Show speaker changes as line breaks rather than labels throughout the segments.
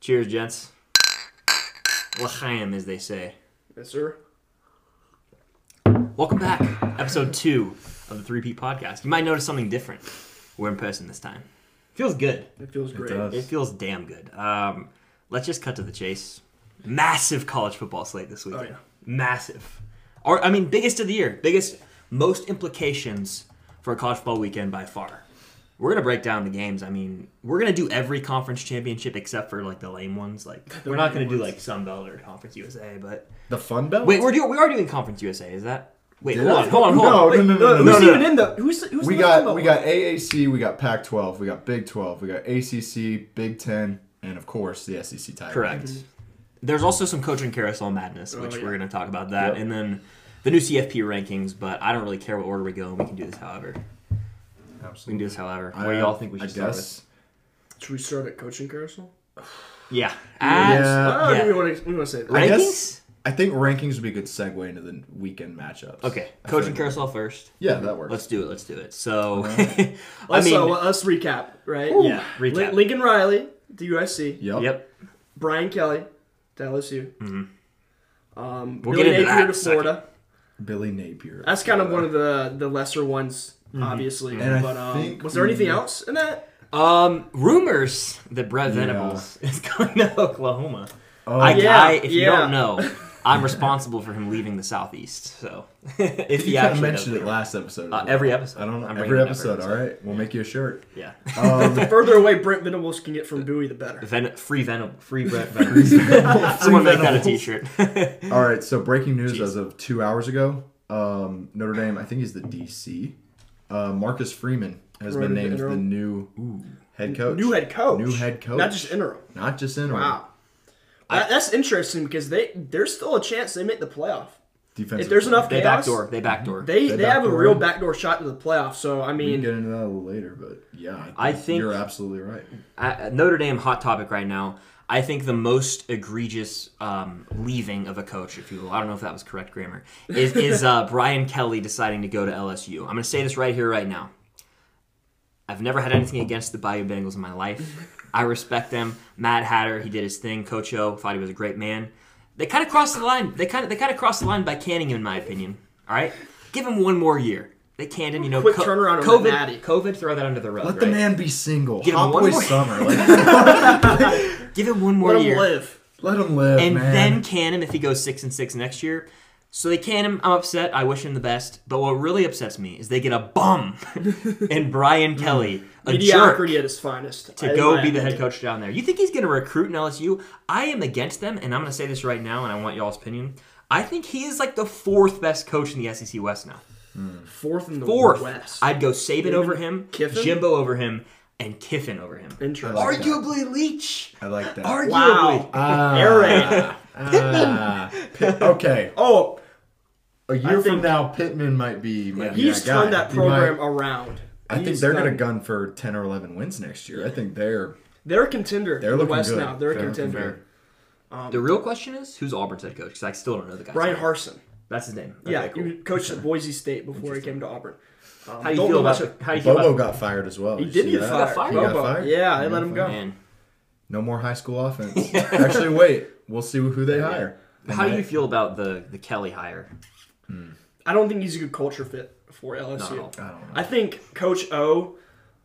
Cheers, gents. L'chaim, as they say.
Yes, sir.
Welcome back, episode two of the Three P Podcast. You might notice something different. We're in person this time. Feels good.
It feels great.
It
does.
feels damn good. Um, let's just cut to the chase. Massive college football slate this weekend.
Oh, yeah.
Massive. Or I mean, biggest of the year. Biggest, most implications for a college football weekend by far. We're gonna break down the games. I mean, we're gonna do every conference championship except for like the lame ones. Like we're not gonna
lame
do
ones.
like Sun Belt or Conference USA. But
The Fun Belt?
wait, we're doing we are doing Conference USA. Is that? Wait,
Did
hold
I?
on, hold on, hold
No,
on.
no, no, no, no,
Who's
no.
no, no.
even in the? Who's, who's
We
in the
got
Sunbelt
we
one?
got AAC, we got Pac-12, we got Big 12, we got ACC, Big 10, and of course the E SEC title.
Correct. Mm-hmm. There's also some coaching carousel madness, which
Oh, yeah.
we're going to talk about that,
Yep.
and then the new CFP rankings. But I don't really care what order we go, and we can do this however. We can do
Absolutely.
this however. What do y'all think we should
I
start
guess.
Should we start at coaching carousel?
with? Yeah.
Yeah.
Oh,
Uh, yeah.
do we want to we want to say that?
I
Rankings.
guess- I think rankings would be a good segue into the weekend matchups.
Okay.
I
Coaching
think-
carousel first.
Yeah, that works.
Let's do it. Let's do it. So, I
Let's,
mean,
uh, let's recap, right?
yeah, recap.
Lin- Lincoln Riley to USC.
Yep.
yep.
Brian Kelly to LSU. Um,
Mm-hmm. We'll
Billy
get into that
Napier to
second.
Florida.
Billy Napier.
That's kind of one of the the lesser ones,
Mm-hmm.
obviously.
And I
but um,
think
was there anything
we-
else in that?
Um, rumors that Brett Venables is going to Oklahoma.
Oh,
I,
Yeah,
I- if you
yeah.
don't know, I'm responsible for him leaving the southeast. So, if
you
he actually
kind of
does
mentioned it
leave.
last episode. as
Uh,
well.
every episode.
I don't know.
I'm
Every
bringing it up
episode. All right, we'll make you a shirt.
Yeah.
Um,
The further away Brent Venables can get from Bowie, the better.
Ven- free Venom. Free Brett Venom. Someone make that a t-shirt.
all right. So breaking news
Jeez.
as of two hours ago, um, Notre Dame. I think he's the DC. Uh, Marcus Freeman has
Right,
been named the
interim.
new head coach.
New head coach.
New head coach.
Not just interim.
Not just interim.
Wow. That- that's interesting because they there's still a chance they make the playoff.
Defensive.
If there's
player.
enough
they
chaos,
backdoor. They backdoor.
they
They
they have a
backdoor
real
in.
backdoor shot to the playoff. So I
we can
mean,
get into that a little later, but yeah,
I think-
you're absolutely right.
uh, Notre Dame hot topic right now. I think the most egregious um, leaving of a coach, if you will, I don't know if that was correct grammar, is, is uh, Brian Kelly deciding to go to LSU. I'm going to say this right here, right now. I've never had anything against the Bayou Bengals in my life. I respect them. Matt Hatter, he did his thing. Coach O thought he was a great man. They kind of crossed the line. They kind of they kind of crossed the line by canning him, in my opinion. All right, give him one more year. They canned him, you know.
Quick turnaround on
COVID,
Matty.
COVID, throw that under the rug.
Let the
right?
man be single.
Give him
Hot
one
boy
more-
summer. Like,
Give him one more
let them
year.
live.
let him live,
and
man.
then can him if he goes six and six next year. So they can him. I'm upset. I wish him the best. But what really upsets me is they get a bum and Brian Kelly, a jerk,
Mm. Mediocrity at its finest.
to go be the head coach down there. You think he's going to recruit in LSU? I am against them, and I'm going to say this right now, and I want y'all's opinion. I think he is like the fourth best coach in the SEC West now.
Fourth in the
Fourth.
West.
I'd go Saban over him,
Kiffin?
Jimbo over him, and Kiffin over him.
Interesting.
I like that.
Arguably Leach.
I like that.
Arguably.
Wow.
Ah,
Air raid.
ah. Pitt- okay,
Oh,
a year from
think-
now, Pittman might be. Might be
he's
that guy.
turned that
He might-
program around.
I think
He's
they're
done-
going to gun for ten or eleven wins next year. I think they're
They're a contender.
they're
in the
looking
West
good.
now. They're a
looking
contender.
The real question is who's Auburn's head coach? Because I still don't know the guy.
Brian Harson.
That's his name.
Yeah,
Okay, cool.
he coached at Boise State before he came to Auburn. Um,
How do you
don't
feel
know much
about
of-
how do you
good.
feel
Bobo
about
got fired as well.
He
You
did
see
get
that?
fired.
fired?
He got
Bobo.
fired.
Yeah, they
He
let
got
him go.
man?
No more high school offense. Actually, wait. We'll see who they hire. They
How do
might-
you feel about the the Kelly hire?
I don't think he's a good culture fit for LSU.
Not at
I don't know.
I think Coach O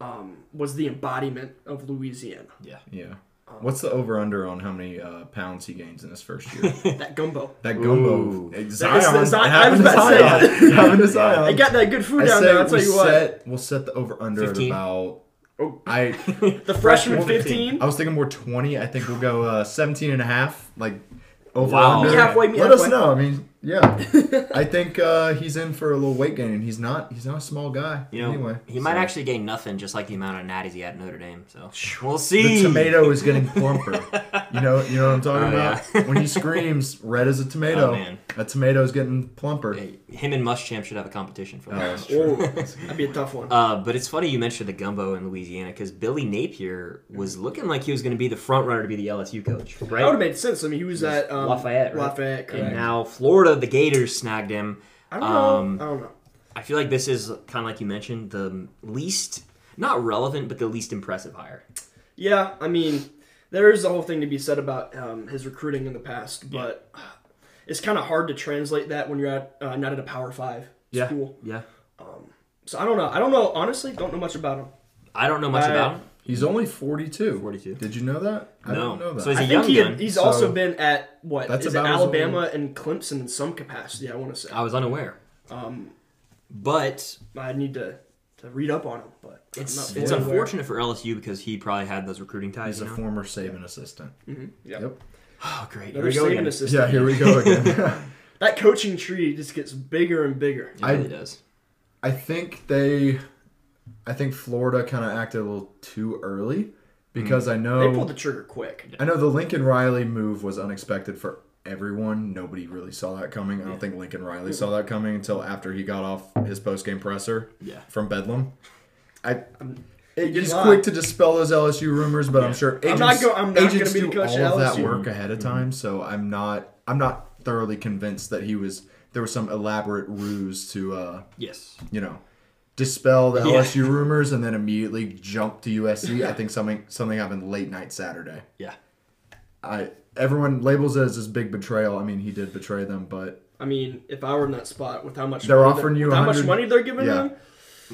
um, was the embodiment of Louisiana.
Yeah.
Yeah.
Um,
What's the over under on how many uh, pounds he gains in his first year?
that gumbo.
That gumbo.
Ooh.
Zion.
the Zion-
it happened
I was
to
about to say
Zion. It happened to Zion.
They got that good food
I
down
say
there. I'll
we
tell you what.
set- We'll set the over under at
15?
about.
Oh.
I
The freshman
Freshman
15.
I was thinking more 20. I think we'll go uh, 17 and a half. Like, over
Wow.
under.
Meet
halfway, meet
Let us
halfway.
know. I mean, yeah. I think uh, he's in for a little weight gain, and he's not he's not a small guy.
You know,
anyway,
he might
so.
actually gain nothing, just like the amount of natties he had at Notre Dame. So we'll see.
The tomato is getting plumper. You know, you know what I'm
Oh,
talking about.
yeah.
when he screams, "Red as a tomato,"
Oh, man.
a tomato is getting plumper.
Hey, Him and Muschamp should have a competition for that.
Oh, that'd be a tough one.
Uh, but it's funny you mentioned the gumbo in Louisiana because Billy Napier was looking like he was going to be the front runner to be the LSU coach,
That would have
right?
made sense. I mean, he was at um,
Lafayette, right?
Lafayette,
And
correct.
now Florida, the Gators snagged him.
I don't know.
Um,
I don't know.
I feel like this is kind of like you mentioned the least not relevant, but the least impressive hire.
Yeah, I mean, there is a whole thing to be said about um, his recruiting in the past, but it's kind of hard to translate that when you're at uh, not at a Power Five
Yeah.
school.
Yeah.
So I don't know. I don't know. Honestly, don't know much about him.
I don't know much
I-
about him.
He's only 42.
42.
Did you know that? I
No.
didn't know that.
So he's
I
a
think
young
he
gun.
he's
so-
also been at what
That's
is it
about his old-
Alabama and Clemson in some capacity. I want to say
I was unaware.
Um,
but
I need to, to read up on him, but I'm
it's
not
it's
fully aware.
unfortunate for LSU because he probably had those recruiting ties.
He's
You
a
know?
former Saban assistant.
Yeah.
Yep.
Oh, great. Here
Another
we go
Saban
again. It
assistant.
Yeah, here we go again.
That coaching tree just gets bigger and bigger.
I-
really does.
I think they, I think Florida kind of acted a little too early because I
Hmm. They
know
pulled the trigger quick.
I know the Lincoln Riley move was unexpected for everyone. Nobody really saw that coming. I don't think Lincoln Riley saw that coming until after he got off his post game presser
Yeah.
from Bedlam. I.
He did
He's
lie.
quick to dispel those LSU rumors, but I'm sure
I'm
agents,
not go- I'm not gonna
agents
be the
do
coach
all
at
of that
LSU.
work ahead
Mm-hmm.
of time. So I'm not I'm not thoroughly convinced that he was there was some elaborate ruse to uh,
Yes.
you know, dispel the
Yeah.
LSU rumors and then immediately jump to USC. I think something something happened late night Saturday.
Yeah.
I everyone labels it as this big betrayal. I mean, he did betray them, but
I mean, if I were in that spot with how much
They're
money
offering
that-
you
with how much
100
money they're giving
yeah.
them,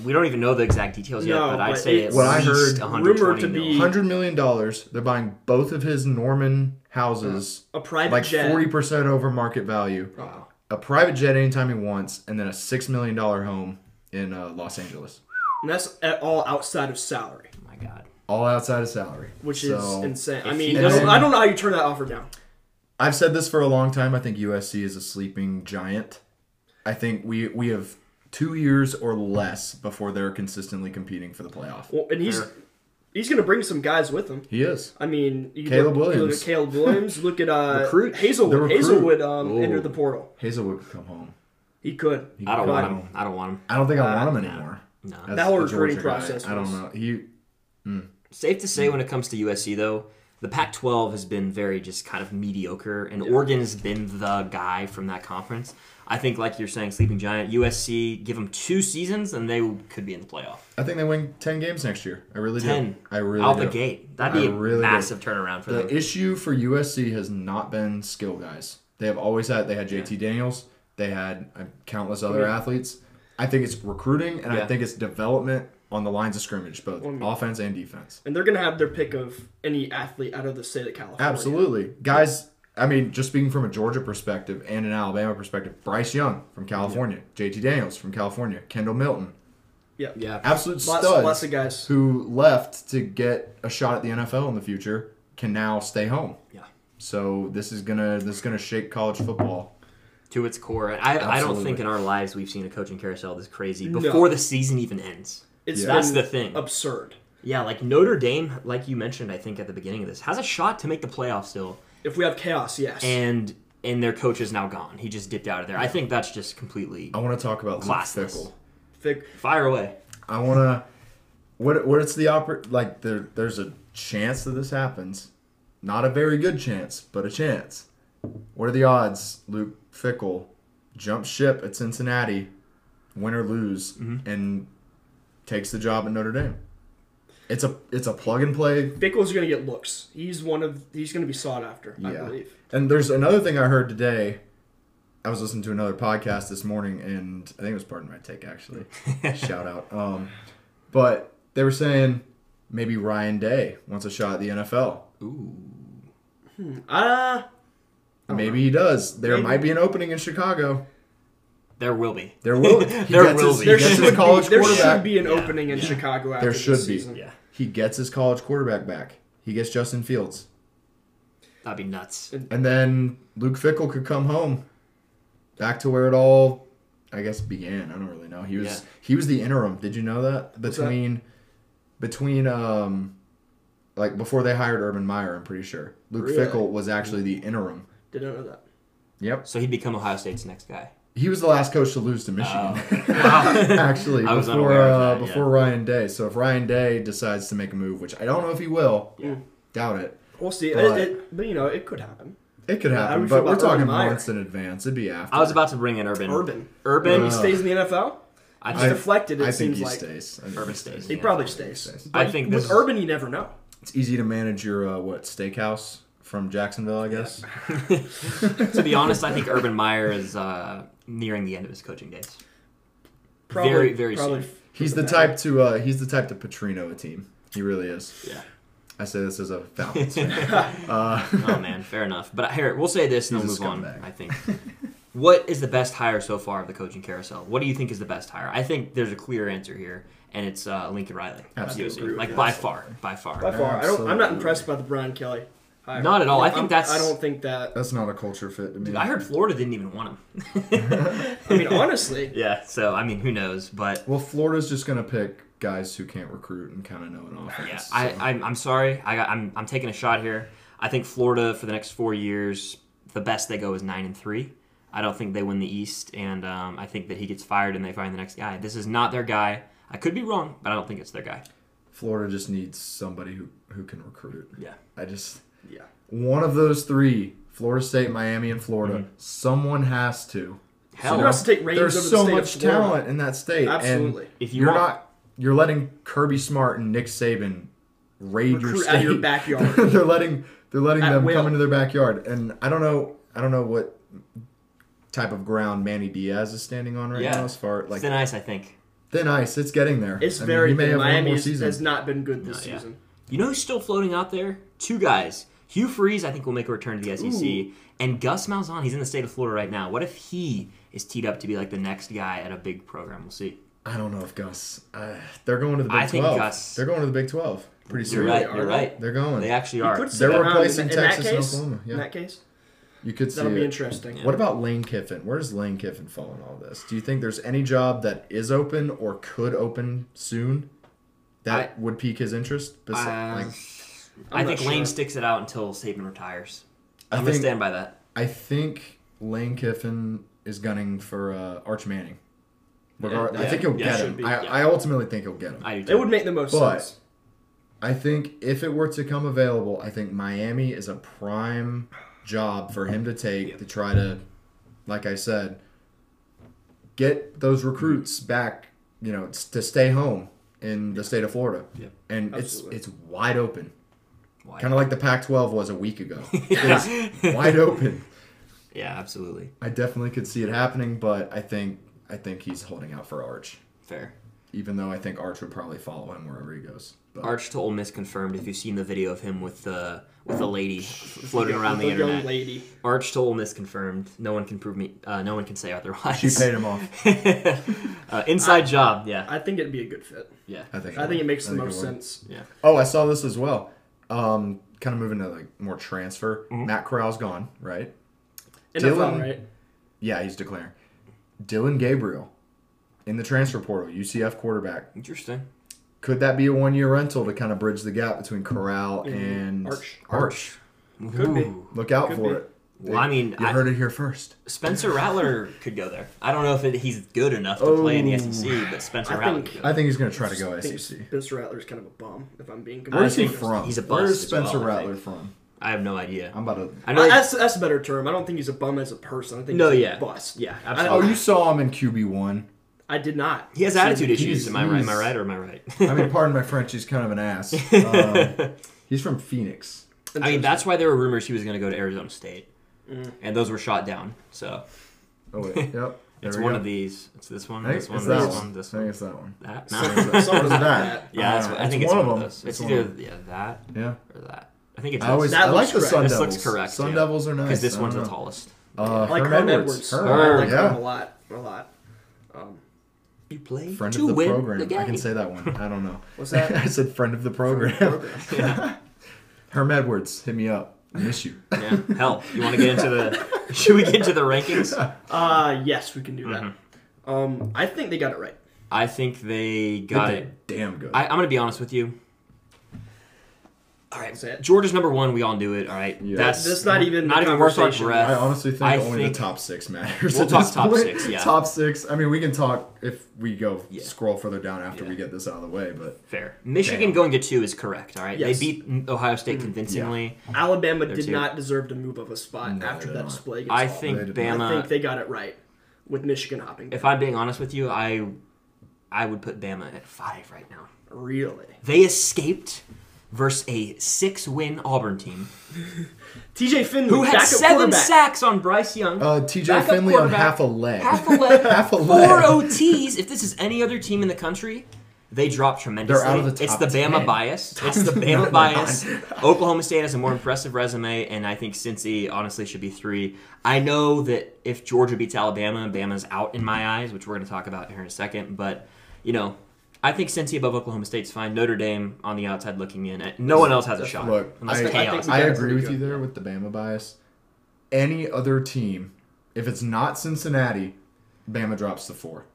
We don't even know the exact details yet,
No,
but I'd
but
say at
it's What
I
least
heard,
120
rumored to
mil.
be-
hundred million dollars. They're buying both of his Norman houses,
a private
like
jet.
forty percent over market value.
Wow.
A private jet anytime he wants, and then a six million dollar home in uh, Los Angeles,
and that's at all outside of salary,
Oh my God.
all outside of salary.
which
So,
is insane. I
if
mean,
he
I don't,
doesn't-
I don't know how you turn that offer down.
I've said this for a long time. I think USC is a sleeping giant. I think we we have two years or less before they're consistently competing for the playoff.
Well, and he's
Fair.
he's going to bring some guys with him.
He is.
I mean, you
Caleb
look, You look
Williams.
at Caleb Williams. Look at uh,
Recruit. The
Hazelwood.
recruit.
Hazelwood um,
Ooh.
entered the portal.
Hazelwood could come home.
He could.
I don't
But-
want him. I don't want him.
I don't think I want him anymore.
No.
As
Uh, That whole
a
recruiting
Georgia guy,
process
I don't
was-
know. He
Safe to
Hmm.
say, when it comes to USC, though, the Pac 12 has been very just kind of mediocre, and Oregon has been the guy from that conference. I think, like you're saying, Sleeping Giant, USC, give them two seasons, and they could be in the playoff.
I think they win ten games next year. I really
Ten.
do. I really
Out
do.
the gate. That'd be
I really
a
do.
massive turnaround for
The
them.
issue for USC has not been skill guys. They have always had. They had JT Daniels. They had uh, countless other athletes. I think it's recruiting, and
Yeah.
I think it's development on the lines of scrimmage, both offense and defense.
and they're going to have their pick of any athlete out of the state of California.
Absolutely, guys. I mean, just speaking from a Georgia perspective and an Alabama perspective, Bryce Young from California, JT Daniels from California, Kendall Milton,
Yeah.
Yeah.
absolute
Lots,
studs
lots of guys.
who left to get a shot at the NFL in the future can now stay home.
Yeah.
So this is gonna this is gonna shake college football.
to its core. And I, I don't
Absolutely.
think in our lives we've seen a coaching carousel this crazy
No.
before the season even ends.
It's
Yeah.
That's
been
the thing.
absurd.
Yeah, like Notre Dame, like you mentioned, I think at the beginning of this, has a shot to make the playoffs still,
If we have chaos, yes.
and and their coach is now gone. He just dipped out of there. I think that's just completely
I want to talk about Luke
Classless.
Fickle.
Fig-
fire away.
I want to. What what it's the oper like there there's a chance that this happens, not a very good chance, but a chance. What are the odds? Luke Fickle jump ship at Cincinnati, win or lose, and takes the job at Notre Dame. It's a it's a plug and play
Bickle's going to get looks. He's one of he's going to be sought after, I
Yeah.
believe.
And there's another thing I heard today. I was listening to another podcast this morning, and I think it was Pardon My Take, actually. Shout out. Um, but they were saying maybe Ryan Day wants a shot at the NFL.
Oh, Uh,
Maybe he does. There
Maybe.
might be an opening in Chicago.
There will be.
There will. He
There
gets
will
his,
be.
He
there
That's
gets
should,
his
be,
college
there should
quarterback.
be an opening in Chicago after
There should
this
be.
season.
Yeah,
He gets his college quarterback back. He gets Justin Fields,
that'd be nuts.
and then Luke Fickle could come home, back to where it all, I guess, began. I don't really know. He was
Yeah.
he was the interim. Did you know that
that?
between between um like before they hired Urban Meyer? I'm pretty sure Luke
Really?
Fickle was actually the interim.
Didn't know that.
Yep,
So he'd become Ohio State's next guy.
he was the last coach to lose to Michigan. actually,
Oh. I was
before
unaware of
uh,
that, yeah.
before Ryan Day. So if Ryan Day decides to make a move, which I don't know if he will,
Yeah.
doubt it.
We'll see. It-
But-
it- but you know, it could happen.
It could
how do
happen,
we feel
but we're
about
talking
Urban Meyer?
months in advance. It'd be after.
I was about to bring in Urban.
Urban. Uh,
Urban.
Uh,
he stays in the NFL.
I
He's
think
deflected. It
I think
seems
he
like
stays. I think
Urban
he
stays.
he
Yeah.
probably stays.
stays.
But
I think
with
this is-
Urban, you never know.
It's easy to manage your uh, what steakhouse from Jacksonville, I guess.
to be honest, I think Urban Meyer is uh, nearing the end of his coaching days.
Probably,
Very, very
probably
soon.
He's the type to uh, he's the type to Petrino a team. He really is.
Yeah.
I say this as a Falcons fan.
oh man, fair enough. But here, we'll say this and then
He's a
move on.
scumbag.
I think. what is the best hire so far of the coaching carousel? What do you think is the best hire? I think there's a clear answer here, and it's uh, Lincoln Riley.
Absolutely.
Seriously. Like by far, by far.
By far, I don't, I'm not
Absolutely.
impressed by the Brian Kelly. hire.
Not at all. I
I'm-
think that's-
I don't think that.
That's not a culture fit to me.
I heard Florida didn't even want him.
I mean, honestly,
yeah. So I mean, who knows? But
Well, Florida's just gonna pick guys who can't recruit and kind of know an offense.
yeah,
so-
I, I'm, I'm sorry. I, got- I'm I'm taking a shot here. I think Florida for the next four years, the best they go is nine and three. I don't think they win the East, and um, I think that he gets fired and they find the next guy. This is not their guy. I could be wrong, but I don't think it's their guy.
Florida just needs somebody who who can recruit.
Yeah.
I just
yeah.
one of those three: Florida State, Miami, and Florida.
Mm-hmm.
Someone has to.
Hell,
Who wants to take reins
There's
over the
so
state of
much
Florida?
talent in that state. and
Absolutely.
If you
you're
want-
not, you're letting Kirby Smart and Nick Saban raid your
Recruit
state.
out of your backyard.
they're letting they're letting
At
them
will.
come into their backyard, and I don't know. I don't know what type of ground Manny Diaz is standing on right
Yeah.
now as far like
thin ice, I think.
Thin ice, it's getting there.
It's
I mean,
very.
he may
thin.
have one
Miami
more
has-
season.
has not been good this
No, yeah.
season.
You know who's still floating out there? Two guys. Hugh Freeze, I think, will make a return to the SEC.
Ooh.
And Gus Malzahn, he's in the state of Florida right now. What if he is teed up to be like the next guy at a big program? We'll see.
I don't know if Gus. Uh, they're going to the Big
I think
12.
Gus-
They're going to the Big 12 pretty soon.
You're right.
are
You're
they?
right.
They're going.
They actually
You
are.
could sit
They're
around in-
replacing
in,
Texas
that
and
case,
Oklahoma, yeah.
In that case,
You could see
that'll be
it.
interesting.
What about Lane Kiffin? Where does Lane Kiffin fall in all this? Do you think there's any job that is open or could open soon that would pique his interest? Besi-
Uh,
like,
I'm
I
not
think Lane
sure.
sticks it out until Saban retires.
I
I'm gonna
think-
stand by that.
I think Lane Kiffin is gunning for uh, Arch Manning. Regar- I
yeah,
think he'll
yeah,
get
should
him.
be,
I,
yeah.
I ultimately think he'll get him.
I do. Too.
It would make the most
But-
sense.
I think if it were to come available, I think Miami is a prime job for him to take to try to, like I said, get those recruits back. You know, s- to stay home in the state of Florida,
Yep.
and
Absolutely.
it's it's wide open,
Why?
kind of like the Pac-12 was a week ago. It's wide open.
yeah, absolutely.
I definitely could see it happening, but I think I think he's holding out for Arch,
Fair.
even though I think Arch would probably follow him wherever he goes. But
Arch to Ole Miss confirmed. If you've seen the video of him with the with a lady floating
Yeah,
around the
with a young
internet,
lady.
Arch to Ole Miss confirmed. No one can prove me. Uh, no one can say otherwise.
she paid him off.
uh, inside job. Yeah.
I think it'd be a good fit.
yeah.
I think.
I think it makes the
would.
most sense.
Yeah.
Oh, I saw this as well. Um, kind of moving to like more transfer.
Mm-hmm.
Matt Corral's gone, right?
NFL,
Dylan-
right?
Yeah, he's declaring. Dylan Gabriel in the transfer portal, UCF quarterback.
Interesting.
Could that be a one-year rental to kind of bridge the gap between Corral
Mm-hmm.
and
Arch.
Arch.
Could be.
Ooh.
Look out
Could
for
be.
it.
Well, I mean,
you
I-
heard it here first.
Spencer Rattler could go there. I don't know if it, he's good enough to play in the SEC, but Spencer
I
Rattler.
think-
could go
Oh. I think he's going to try to
I
go E
think
SEC.
Spencer Rattler's kind of a bum, if I'm being
Where is
completely
he
honest.
from?
He's a bust
Where is
as well,
Spencer
I
Rattler
think.
from?
I have no idea.
I'm about to.
I know.
Uh,
they-
that's that's a better term. I don't think he's a bum as a person. I think
No,
he's
yeah.
a bust.
Yeah,
I-
absolutely.
Oh, you saw him in QB one.
I did not.
he has attitude issues.
he's-
Am I right? Am I
he's-
right or am I right?
I mean, pardon my French. He's kind of an ass. Um, he's from Phoenix.
I mean, that's why there were rumors he was going to go to Arizona State, and those were shot down. So
Oh wait, yep. There
it's
we
one
go.
of these. It's this one.
I think
This one.
it's
This
that
one,
one.
This
I think
one.
it's that one.
That.
Something-
No.
something
Or is
like
it
that.
that?
yeah, that's
Uh,
what, I think it's one, of those. It's,
one
either
of them.
yeah that
Yeah.
or that. I think it's
I always
this
That
I
looks
like the
correct.
Sun
This
Devils.
looks correct,
Sun
yeah.
Devils are nice.
because this
I
one's
don't
the
know.
tallest.
Uh,
I like
Herm
Herm
Edwards.
Edwards.
Herm,
I like
yeah.
him a lot. A lot. Um,
You play
Friend
to
of the
win
program.
the
I can
game.
say that one. I don't know.
What's that?
I said friend of the program. Herm Edwards, hit me up. I miss you.
Yeah. Hell, you want to get into the? should we get into the rankings?
uh, yes, we can do that.
Mm-hmm.
Um, I think they got it right.
I think they got
They
it.
did Damn good.
I, I'm gonna be honest with you. All
That's it.
right, Georgia's number one. We all knew it. All right,
Yeah.
that's
That's not even
not
the
even worth our
conversation.
breath.
I honestly think
I
only
think-
the top six matters.
We'll
at
talk
this
top
point.
six, yeah.
Top six. I mean, we can talk if we go
Yeah.
scroll further down after
Yeah.
we get this out of the way, but
Fair. Michigan
Damn.
going to two is correct. All right,
Yes.
they beat Ohio
Mm.
State convincingly.
Alabama did
two.
not deserve to move up a spot
No,
after
they
that
don't.
display. Against
I
Auburn.
think uh,
They did
Bama.
I think they got it right with Michigan hopping.
if I'm being honest with you, I I would put Bama at five right now.
really,
They escaped versus a six-win Auburn team
TJ Finley,
who had
backup
seven
quarterback.
sacks on Bryce Young.
Uh, TJ
Backup
Finley on
quarterback.
half a leg.
half a leg,
Half a
four oh-
leg.
OTs. If this is any other team in the country, they drop tremendously.
They're out of the
it's
top
the Bama
10.
bias. It's the Bama bias. Oklahoma State has a more impressive resume, and I think Cincy honestly should be three. I know that if Georgia beats Alabama, Bama's out in my eyes, which we're going to talk about here in a second. But you know, I think Cincy above Oklahoma State's fine. Notre Dame on the outside looking in. No one else has a shot.
Look,
unless
I,
chaos.
I,
we got it
agree
pretty
with
good.
you there with the Bama bias. Any other team, if it's not Cincinnati, Bama drops to four.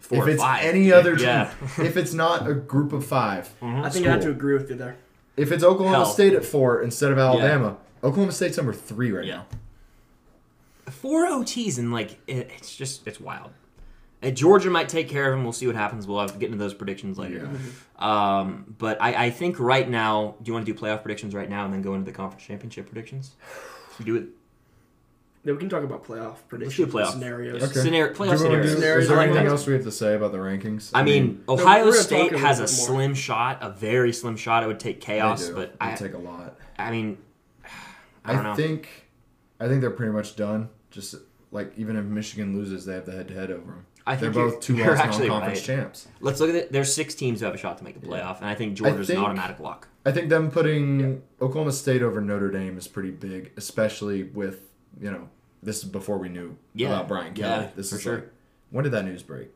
four
if
or
it's
five.
any other team,
Yeah. Mm-hmm.
if it's not a group of 5
I think I have to
school.
agree with you there.
if it's Oklahoma
Hell.
State at four instead of Alabama, Oklahoma State's number three right
Yeah.
now.
four OTs and like it, it's just it's wild. And Georgia might take care of him. We'll see what happens. We'll have to get into those predictions later.
Mm-hmm.
Um, but I, I think right now, do you want to do playoff predictions right now and then go into the conference championship predictions? Should we do it.
Yeah, we can talk about playoff
Let's do
predictions,
playoff
scenarios.
Okay. Scenario,
Do you
playoff
wanna do-
scenarios.
is
Scenarios,
there
I like
anything
that.
else we have to say about the rankings?
I mean,
we're
Ohio
gonna talk
State
a
has a
little bit more.
slim shot, a very slim shot. It would take
they
chaos,
do.
but
They
I,
take a lot.
I mean, I
I,
don't know.
think, I think they're pretty much done. Just like even if Michigan loses, they have the head-to-head over them.
I
they're
think you're-
both two
you're
loss
actually
non-conference
right.
champs.
let's look at it. There's six teams who have a shot to make the playoff, and I think Georgia's
think-
an automatic lock.
I think them putting Oklahoma State over Notre Dame is pretty big, especially with you know this is before we knew
Yeah.
about Brian Kelly.
Yeah,
this
for
is
sure.
like, when did that news break?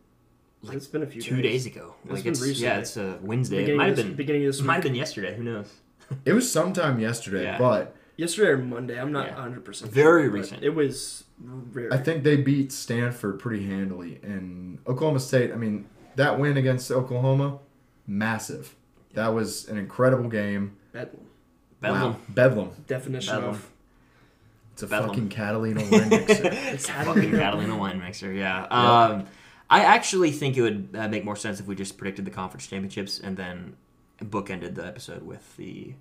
it's been a few
Two days ago, like
been
it's yeah,
recently.
it's a Wednesday.
Beginning
it might
of
have
this-
been
beginning of this
might
week.
have been yesterday. Who knows?
It was sometime yesterday,
Yeah.
but
Yesterday or Monday, I'm not
Yeah.
100 percent.
Very recent.
It was rare.
I think they beat Stanford pretty handily. And Oklahoma State, I mean, that win against Oklahoma, massive. That was an incredible game.
that
Bedlam.
Wow. Bedlam.
definition
Bedlam.
of
It's a
Bedlam.
fucking Catalina win mixer.
it's fucking Catalina wine mixer. Yeah. Um, I actually think it would uh, make more sense if we just predicted the conference championships and then bookended the episode with the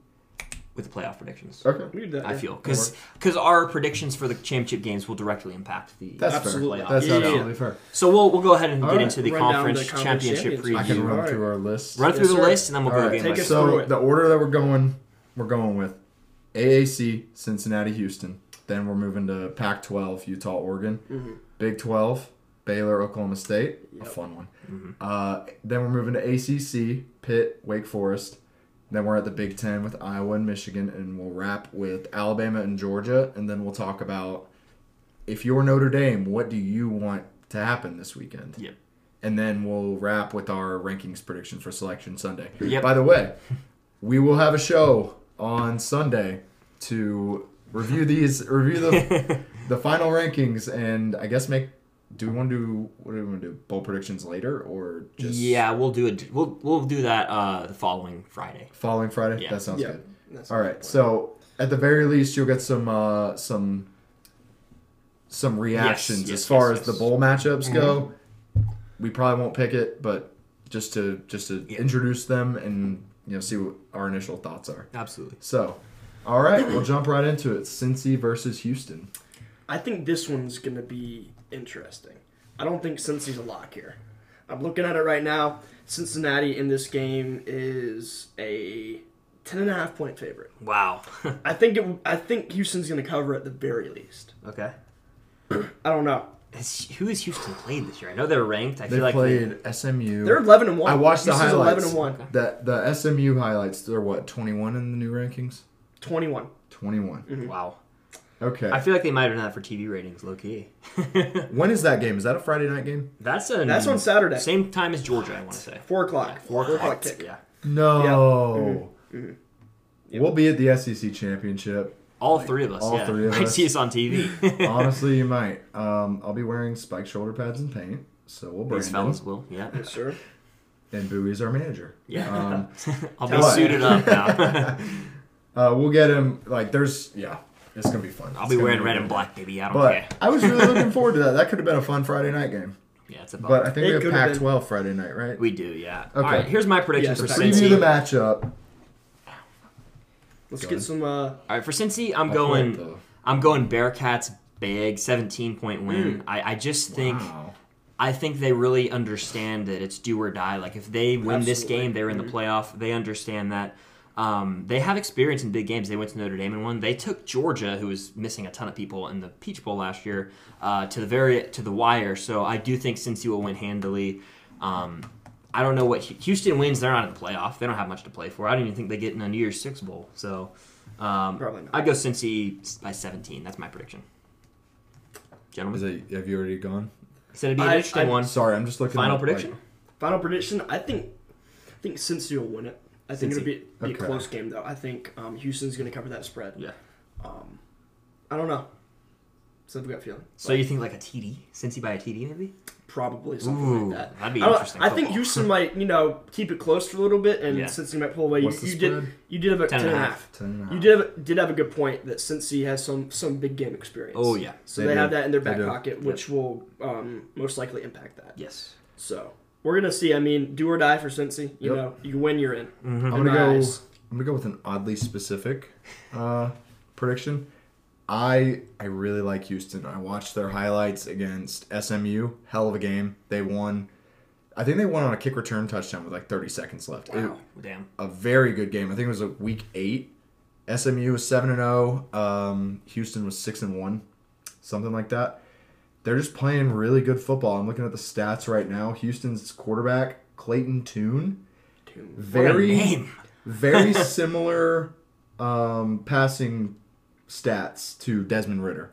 with the playoff predictions.
Okay.
we did that,
I
yeah.
feel because our predictions for the championship games will directly impact the
That's
Absolutely.
fair.
playoff.
That's
Yeah, yeah, yeah.
absolutely fair.
so we'll we'll go ahead and
All
get
right.
into the
Run down
conference,
the conference
championship
champions.
preview.
I can
All
run
right.
through our list.
Run
Yes,
through the
sir.
list and then we'll
All
go
right,
game by
take us
game.
through
so
it.
the order that we're going, we're going with AAC, Cincinnati, Houston. Then we're moving to Pac-12, Utah, Oregon. Big 12, Baylor, Oklahoma State. A fun one. Uh, then we're moving to ACC, Pitt, Wake Forest. Then we're at the Big Ten with Iowa and Michigan, and we'll wrap with Alabama and Georgia, and then we'll talk about if you're Notre Dame, what do you want to happen this weekend?
Yep.
and then we'll wrap with our rankings prediction for Selection Sunday.
Yep.
By the way, we will have a show on Sunday to review these, review the the final rankings, and I guess make. Do we want to do what do we want to do? Bowl predictions later or just
yeah, we'll do it. We'll we'll do that uh, the following Friday.
following Friday?
Yeah.
That sounds
Yeah.
good.
That's
All
my
right.
point.
So at the very least, you'll get some uh, some some reactions
yes,
as far
yes,
as
yes.
the bowl matchups go. We probably won't pick it, but just to just to
Yeah.
introduce them and you know see what our initial thoughts are.
Absolutely.
So, all right, we'll jump right into it. Cincy versus Houston.
I think this one's going to be interesting. I don't think Cincy's a lock here. I'm looking at it right now. Cincinnati in this game is a 10.5 point favorite.
Wow.
I think it, I think Houston's going to cover at the very least.
okay.
I don't know.
Has, who has Houston played this year? I know they're ranked. I
They
feel like
played SMU.
They're 11 and 1.
I watched the
Houston's 11
highlights.
and 1.
The the SMU highlights. They're what twenty one in the new rankings.
21.
Twenty
they, wow.
Okay.
I feel like they might have done that for TV ratings, low key.
when is that game? Is that a Friday night game?
That's a
That's on Saturday.
Same time as Georgia, I want to say.
4 o'clock. 4 o'clock kick.
Yeah.
No.
Mm-hmm.
We'll be at the SEC championship.
All three of us.
all
yeah.
three of
might
us.
see us on TV.
Honestly, you might. Um, I'll be wearing spiked shoulder pads and paint, so we'll
These
Brandon
fellas will. Yeah.
Sure.
and Bowie's our manager.
Yeah.
Um,
I'll be
Tell us.
suited up now.
uh, we'll get him. Like, there's yeah, it's gonna be fun.
I'll be wearing red and black, baby. I don't
But
care.
I was really looking forward to that. That could have been a fun Friday night game.
Yeah, it's a bummer.
But I think
It
we have
could have
Pac-12 Friday night, right?
we do, yeah. All
Okay.
right, here's my prediction
Yes,
for
preview
Cincy.
Preview the matchup.
Let's
Go
get
ahead.
some uh
All right, for Cincy, I'm
I'll
going.
pull up
I'm going Bearcats big, 17 point win.
Hmm.
I, I just
the-
think
Wow.
I think they really understand that it's do or die. Like if they win this
Absolutely. Mm-hmm.
game, they're in the playoff. They understand that. Um, they have experience in big games. They went to Notre Dame and won. They took Georgia, who was missing a ton of people in the Peach Bowl last year, uh, to the very to the wire. So I do think Cincy will win handily. Um, I don't know what Houston wins. They're not in the playoff. They don't have much to play for. I don't even think they get in a New Year's Six bowl. So um,
Probably not.
I'd go Cincy by 17. That's my prediction.
Is
Gentlemen,
it, have you already gone?
said it'd be an
I-
interesting
I-
one.
Sorry, I'm just looking.
Final
up,
prediction.
like-
Final prediction: I think, I think Cincy will win it. I think it'll be, be a
Okay.
close game though. I think um, Houston's going to cover that spread.
yeah.
Um, I don't know. So I've got a feeling.
So you think like a TD? Cincy by a TD maybe?
probably something
Ooh,
like that.
that'd be
I don't-
interesting
I think
football.
Houston might, you know, keep it close for a little bit, and
Yeah.
Cincy might pull away.
What's the
you you did,
spread?
you did have a ten and a half.
10 and a half.
You did have, did have a good point that Cincy has some some big game experience.
Oh yeah.
so
They
they,
do.
have that in their
They
back
do.
pocket, which will um, most likely impact that.
Yes.
So we're gonna see. I mean, do or die for Cincy. You
Yep. Mm-hmm.
know, you win, you're in. Oh,
I'm
In
gonna
my
go.
eyes.
I'm gonna go with an oddly specific uh, prediction. I I really like Houston. I watched their highlights against SMU. Hell of a game. They won. I think they won on a kick return touchdown with like 30 seconds left. It-
Wow. Damn.
a very good game. I think it was a week eight. SMU was seven and zero. Um, Houston was six and one, something like that. They're just playing really good football. I'm looking at the stats right now. Houston's quarterback Clayton Toon,
Dude,
very
name.
very similar um, passing stats to Desmond Ritter.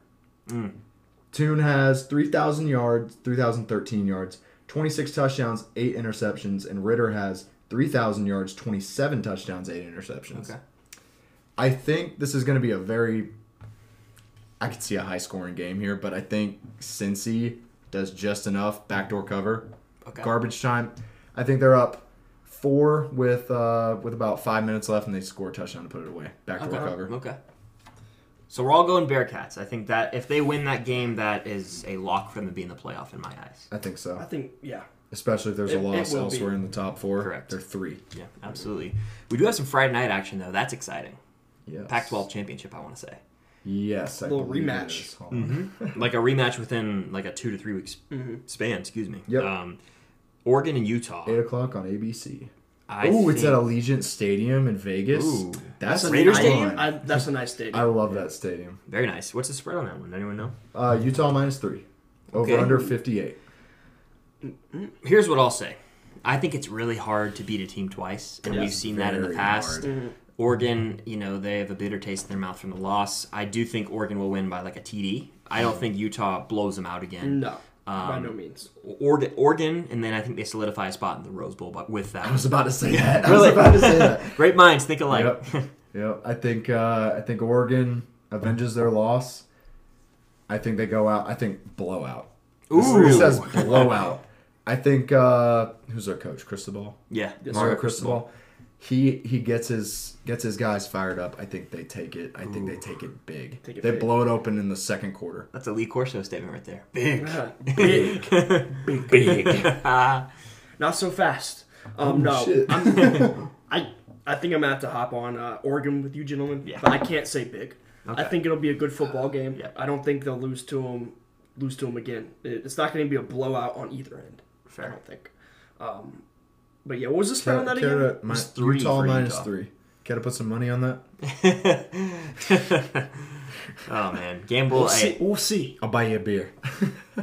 Toon has 3,000 yards, 3,013 yards, 26 touchdowns, 8 interceptions, and Ritter has 3,000 yards, 27 touchdowns, 8 interceptions.
Okay.
I think this is going to be a very. I could see a high scoring game here, but I think Cincy does just enough backdoor cover.
Okay.
Garbage time. I think they're up four with uh, with about five minutes left, and they score a touchdown to put it away. Backdoor
Okay.
cover.
Okay. So we're all going Bearcats. I think that if they win that game, that is a lock for them to be in the playoff in my eyes.
I think
I
so.
think, yeah.
Especially if there's
It-
a
it
loss
will be.
elsewhere in the top four.
Correct.
They're three.
Yeah, absolutely. We do have some Friday night action though. That's exciting.
Yes.
Pac-12 championship, I want to say,
Yes. I
Little
believe it
rematch.
is. Hold
Mm-hmm.
on.
like a rematch within like a two to three weeks span. Excuse me.
Yep.
Um, Oregon and Utah.
Eight o'clock on ABC.
I
Ooh, it's at
think-
Allegiant Stadium in Vegas.
Ooh.
that's
Raider
fun.
Stadium?
I, that's a nice
I
stadium.
love that stadium.
very nice. What's the spread on that one? Anyone know?
Uh, Utah minus three. Over
Okay.
under 58.
Here's what I'll say. I think it's really hard to beat a team twice, and we've
Yes,
seen that in the
very
past.
hard.
Oregon, you know, they have a bitter taste in their mouth from the loss. I do think Oregon will win by like a TD. I don't think Utah blows them out again.
Mm.
no, by
Um,
no means.
Oregon, Oregon, and then I think they solidify a spot in the Rose Bowl, but with that,
I was about to say that. I
Really?
was about to say that.
great minds think alike.
Yep. yep. I think uh, I think Oregon avenges their loss. I think they go out. I think blowout. This-
Ooh.
This says blowout. I think uh, who's our coach? Cristobal.
yeah,
Yes,
Mario
sir.
Cristobal. He he gets his gets his guys fired up. I think they take it. I think they take it big.
Take it
they
big.
blow it open in the second quarter.
that's a Lee Corso statement right there. Big,
Big.
big, big.
Not so fast. Um, no,
shit.
I'm, I I think I'm gonna have to hop on uh, Oregon with you gentlemen,
Yeah.
but I can't say big. I
Okay.
think it'll be a good football game.
yeah.
I don't think they'll lose to them, lose to them again. It- It's not going to be a blowout on either end. I
Fair.
don't think. Um, but yeah, what was the spread on that again?
mi-
It's three
Utah
for
minus
Utah.
three. Gotta put some money on that.
oh man, gamble,
We'll
hey,
see. We'll see.
I'll buy you a beer.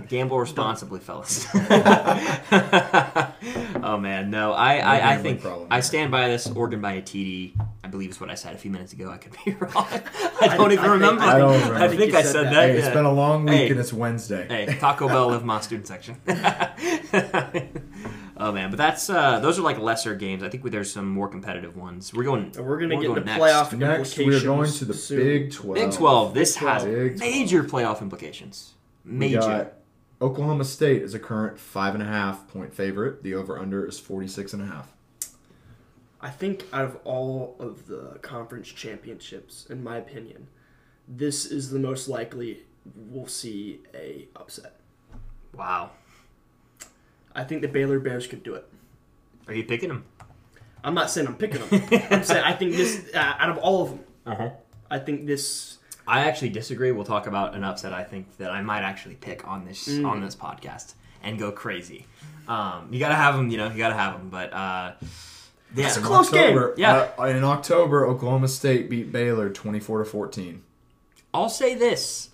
gamble responsibly, fellas. oh man, no, I, I, I
gambling
think
problem.
I stand by this. Oregon by a TD, I believe is what I said a few minutes ago. I could be wrong. I don't even
I think-
remember.
I don't
I
remember.
think I said that.
hey, it's
yeah.
been a long week
Hey.
and it's Wednesday.
Hey, Taco Bell live my student section. oh man, but that's uh, those are like lesser games. I think we, there's some more competitive ones. We're going.
And we're gonna
we're
get into
next.
playoff
Next, we are
implications
going to the
soon.
Big 12.
Big Twelve. This
Big 12.
has
Big 12.
major playoff implications.
We
Major.
got Oklahoma State is a current five and a half point favorite. The over under is 46 and a half.
I think out of all of the conference championships, in my opinion, this is the most likely we'll see a upset.
Wow.
I think the Baylor Bears could do it.
Are you picking them?
I'm not saying I'm picking them. I'm saying I think this uh, out of all of them,
Uh
Uh-huh.
huh.
I think this.
I actually disagree. We'll talk about an upset. I think that I might actually pick on this
Mm.
on this podcast and go crazy. Um, you gotta have them, you know. You gotta have them, but uh, Yeah.
That's a close
October,
game.
Yeah.
uh, in October, Oklahoma State beat Baylor 24 to 14.
I'll say this.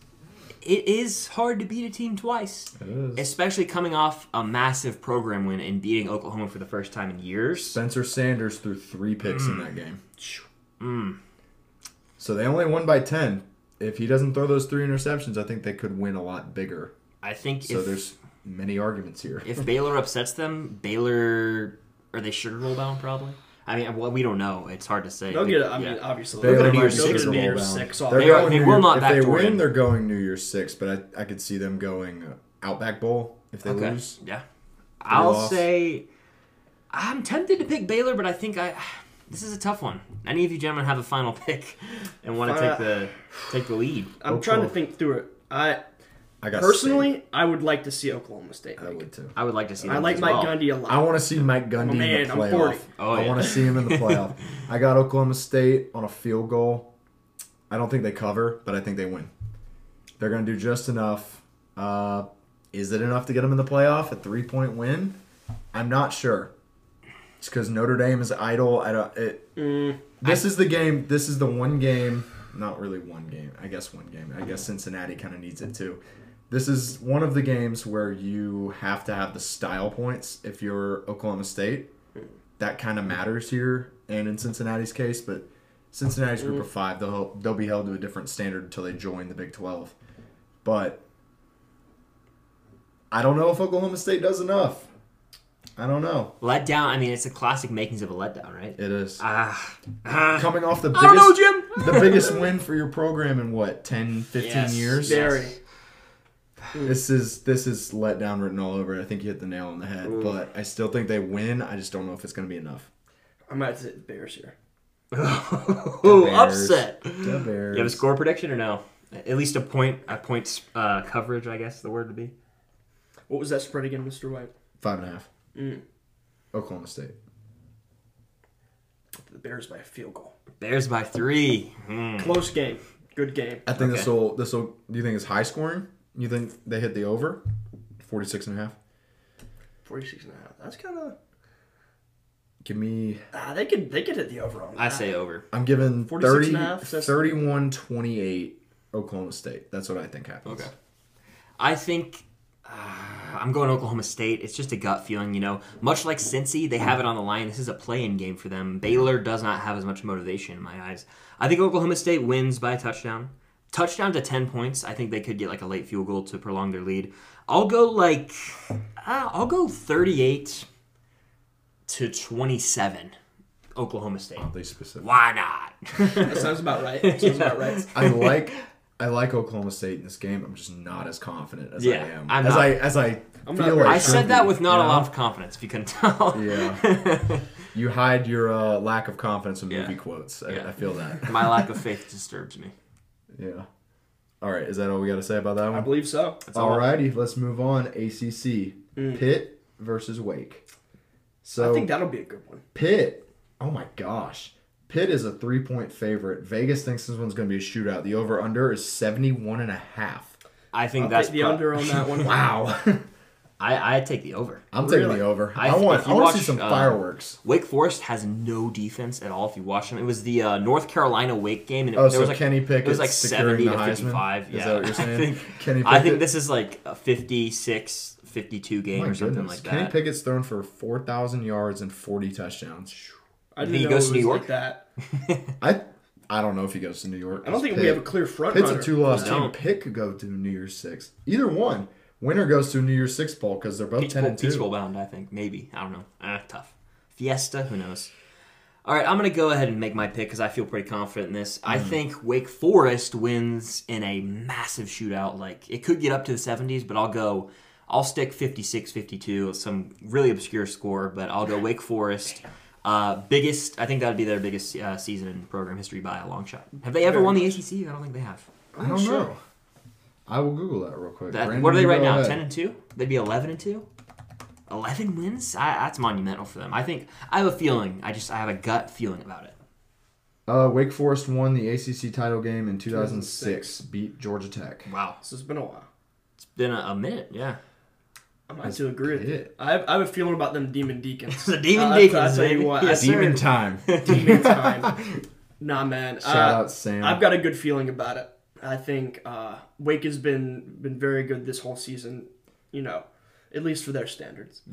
It is hard to beat a team twice, especially coming off a massive program win and beating Oklahoma for the first time in years.
Spencer Sanders threw three picks in
Mm.
that game.
Phew.
So they only won by 10. If he doesn't throw those three interceptions, I think they could win a lot bigger.
I think
So
if,
there's many arguments here.
if Baylor upsets them, Baylor are they Sugar Bowl bound probably? I mean, well, we don't know. It's hard to say.
They'll
We-
get. I mean,
yeah.
obviously,
They
they're
gonna
going
do
to
your
be
six
six
bowl
or
round.
six off.
They're
They
the-
are-
going
they
New
will
Year-
not
If they
backdoor
win,
in.
they're going New Year's Six, but I, I could see them going uh, Outback Bowl if they
Okay.
lose.
Yeah. I'll
loss.
say I'm tempted to pick Baylor, but I think I this is a tough one. Any of you gentlemen have a final pick and want to
Final-
take the take the lead?
I'm
Oklahoma.
trying to think through it. I
I got
personally, I would like to see Oklahoma State.
State. I
make it.
would too.
I would like to see.
I
them
like
as
Mike
well.
Gundy a lot.
I want to see Mike Gundy in
man,
the
I'm
playoff.
40.
Oh,
I
yeah.
want to see him in the playoff. I got Oklahoma State on a field goal. I don't think they cover, but I think they win. They're going to do just enough. Uh, is it enough to get them in the playoff? A three point win? I'm not sure. It's because Notre Dame is idle. I don't. It, this is the game. This is the one game. Not really one game. I guess one game. I guess Cincinnati kind of needs it too. This is one of the games where you have to have the style points if you're Oklahoma State. That kind of matters here, and in Cincinnati's case, but Cincinnati's group of five, they'll they'll be held to a different standard until they join the Big Twelve. But I don't know if Oklahoma State does enough. I don't know.
Let down. I mean, it's a classic makings of a letdown, right?
It is
Ah,
coming off the
I don't know,
biggest
Jim.
the biggest win for your program in what 10 15
Yes.
years
Very.
this is this is let down written all over it. i think you hit the nail on the head but i still think they win i just don't know if it's going to be enough
I might say the Bears here.
ooh,
Bears.
upset.
the bears
You have a score prediction or no? At least a point, a point uh, coverage, I guess the word would be.
What was that spread again, Mr. White?
five and a half
Mm.
oklahoma state
The Bears by a field goal.
Bears by three. Hmm.
Close game. Good game.
i think
Okay.
this will this will do you think it's high scoring you think they hit the over 46 and a half
46 and a half. That's kind of.
give me
Ah, they could they could hit the over on
I
that.
say over.
i'm giving
46
30
and a half, that's-
31 28 oklahoma state that's what i think happens
Okay. I think uh, I'm going Oklahoma State. It's just a gut feeling, you know. Much like Cincy, they have it on the line. This is a play-in game for them. Baylor does not have as much motivation in my eyes. I think Oklahoma State wins by a touchdown. Touchdown to 10 points. I think they could get like a late field goal to prolong their lead. I'll go like uh, I'll go 38 to 27 Oklahoma State.
They specific
Why not?
That sounds about right. That sounds about right.
I like I like Oklahoma State in this game. I'm just not as confident as I
Yeah,
am.
I'm
as
not-
I as I
I'm not
feel
very
like
I
should
said
be,
that with not
you
a
know?
lot of confidence, if you couldn't tell.
Yeah. You hide your uh, lack of confidence in movie
Yeah.
quotes. I,
Yeah.
I feel that.
My lack of faith disturbs me.
Yeah. All right. Is that all we got to say about that
I
one?
believe so.
All righty. Let's move on. ACC
Mm.
Pitt versus Wake. So
I think that'll be a good one.
Pitt. Oh my gosh. Pitt is a three point favorite. Vegas thinks this one's going to be a shootout. The over under is 71 and a half.
I think
I'll
that's
Hit the
pro-
under on that one.
Wow.
I I take the over.
I'm taking
Really?
the over.
I-
I, want.
if
I
you
want to see
watch,
some
uh,
fireworks.
Wake Forest has no defense at all. If you watch them, it was the uh, North Carolina Wake game, and it,
Oh,
there
so
was like
Kenny
it
Pickett
was like seventy
securing the
to
Heisman?
fifty-five.
Is
yeah,
that what you're saying?
I think,
Kenny
I think
Pickett? Oh,
this is like a 56, 52 game
My
or something
goodness.
like that.
Kenny Pickett's thrown for four thousand yards and forty touchdowns.
I didn't
Then he
know
goes
it
to New
was
York?
Like that.
I I don't know if he goes to New York.
I don't think we have a clear front
Pitt's
runner.
a two uh, loss
No.
team. Pitt could go to New Year's Six. Either one. Winner goes to New Year's Six Bowl because they're both
Peach
ten
Bowl,
and two.
Peach Bowl bound, I think. Maybe. I don't know. Ah, tough. Fiesta, who knows? All right, I'm going to go ahead and make my pick because I feel pretty confident in this. I think Wake Forest wins in a massive shootout. Like, it could get up to the 70s, but I'll go, I'll stick 56 52, some really obscure score, but I'll go Wake Forest. Uh, biggest, I think that would be their biggest uh, season in program history by a long shot. Have they ever won the ACC? I don't think they have.
I don't know. I will Google that real quick.
That,
Brandon,
what are they
you
right
go
now?
ahead.
Ten and two? They'd be eleven and two. Eleven wins? I, that's monumental for them. I think I have a feeling. I just I have a gut feeling about it.
Uh, Wake Forest won the ACC title game in 2006, beat Georgia Tech.
Wow,
This has been a while.
it's been a, a minute. Yeah,
I'm not to agree with
pit.
it. I have, I have a feeling about them demon deacons.
The Demon
I'll- I'll,
Deacons,
tell
baby.
you what. I
Yes,
swear,
Demon time.
demon time. Nah, man.
Shout
uh,
out Sam.
I've got a good feeling about it. I think uh, Wake has been been very good this whole season. You know, at least for their standards.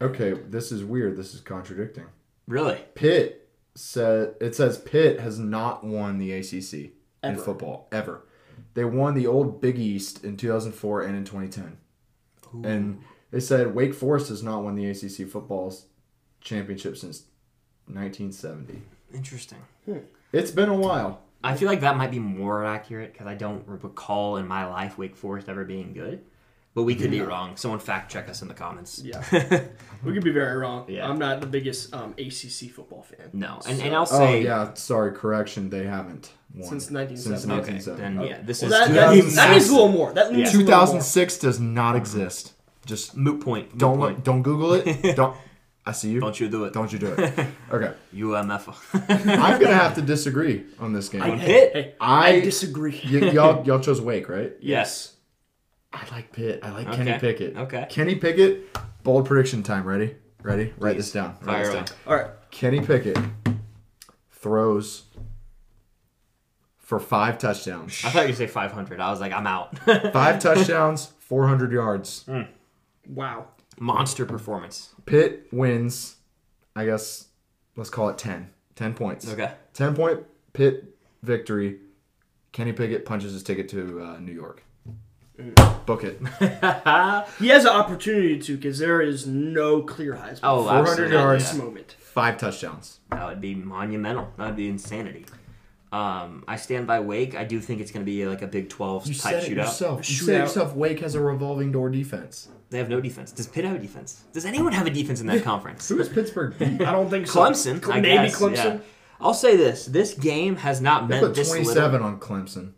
Okay, this is weird. This is contradicting.
Really?
Pitt said it says Pitt has not won the ACC in
Ever.
football ever. They won the old Big East in 2004 and in 2010. And they said Wake Forest has not won the ACC football's championship since 1970.
Interesting.
It's been a while.
I feel like that might be more accurate because I don't recall in my life Wake Forest ever being good. But we could be wrong. Someone fact check us in the comments.
Yeah. we could be very wrong.
Yeah.
I'm not the biggest um, ACC football fan.
No, and, and
So-
I'll
Oh
say
yeah, sorry, correction. They haven't won
Since
Since
1970.
okay.
1970.
Then yeah, this
Well,
is
that,
two-
that, that
2006.
means a little more. That means a little more.
2006 does not exist. Just
moot point. Moot
don't
Uh-huh. point.
look, don't Google it. Don't. I see you.
Don't you do it?
Don't you do it. Okay.
UMFO.
I'm gonna have to disagree on this game.
Hey,
I,
Pitt?
hey,
I-
I disagree.
y'all y'all chose Wake, right?
yes.
I like Pitt. I like Kenny
Okay.
Pickett.
Okay.
Kenny Pickett. Bold prediction time. Ready? Ready? Write this down. Write
Fire
this
away.
down.
All right.
Kenny Pickett throws for five touchdowns.
I thought you say 500. I was like, I'm out.
Five touchdowns, 400 yards.
Hmm.
Wow.
Monster performance.
Pitt wins. I guess let's call it 10. 10 points.
Okay.
10 point pit victory. Kenny Pickett punches his ticket to uh, New York. Book it.
He has an opportunity to because there is no clear Heisman.
Oh,
400
absolutely.
at
yards.
this moment.
Five touchdowns.
That would be monumental. That would be insanity. Um, I stand by Wake. I do think it's going to be like a Big 12 type shootout.
You said it Shootout.
yourself. Wake has a revolving door defense.
They have no defense. Does Pitt have a defense? Does anyone have a defense in that conference?
Who is Pittsburgh?
I don't think so.
Clemson. I
Maybe
guess,
Clemson.
yeah. I'll say this: this game has not
they
meant
put
this
27
little.
on Clemson.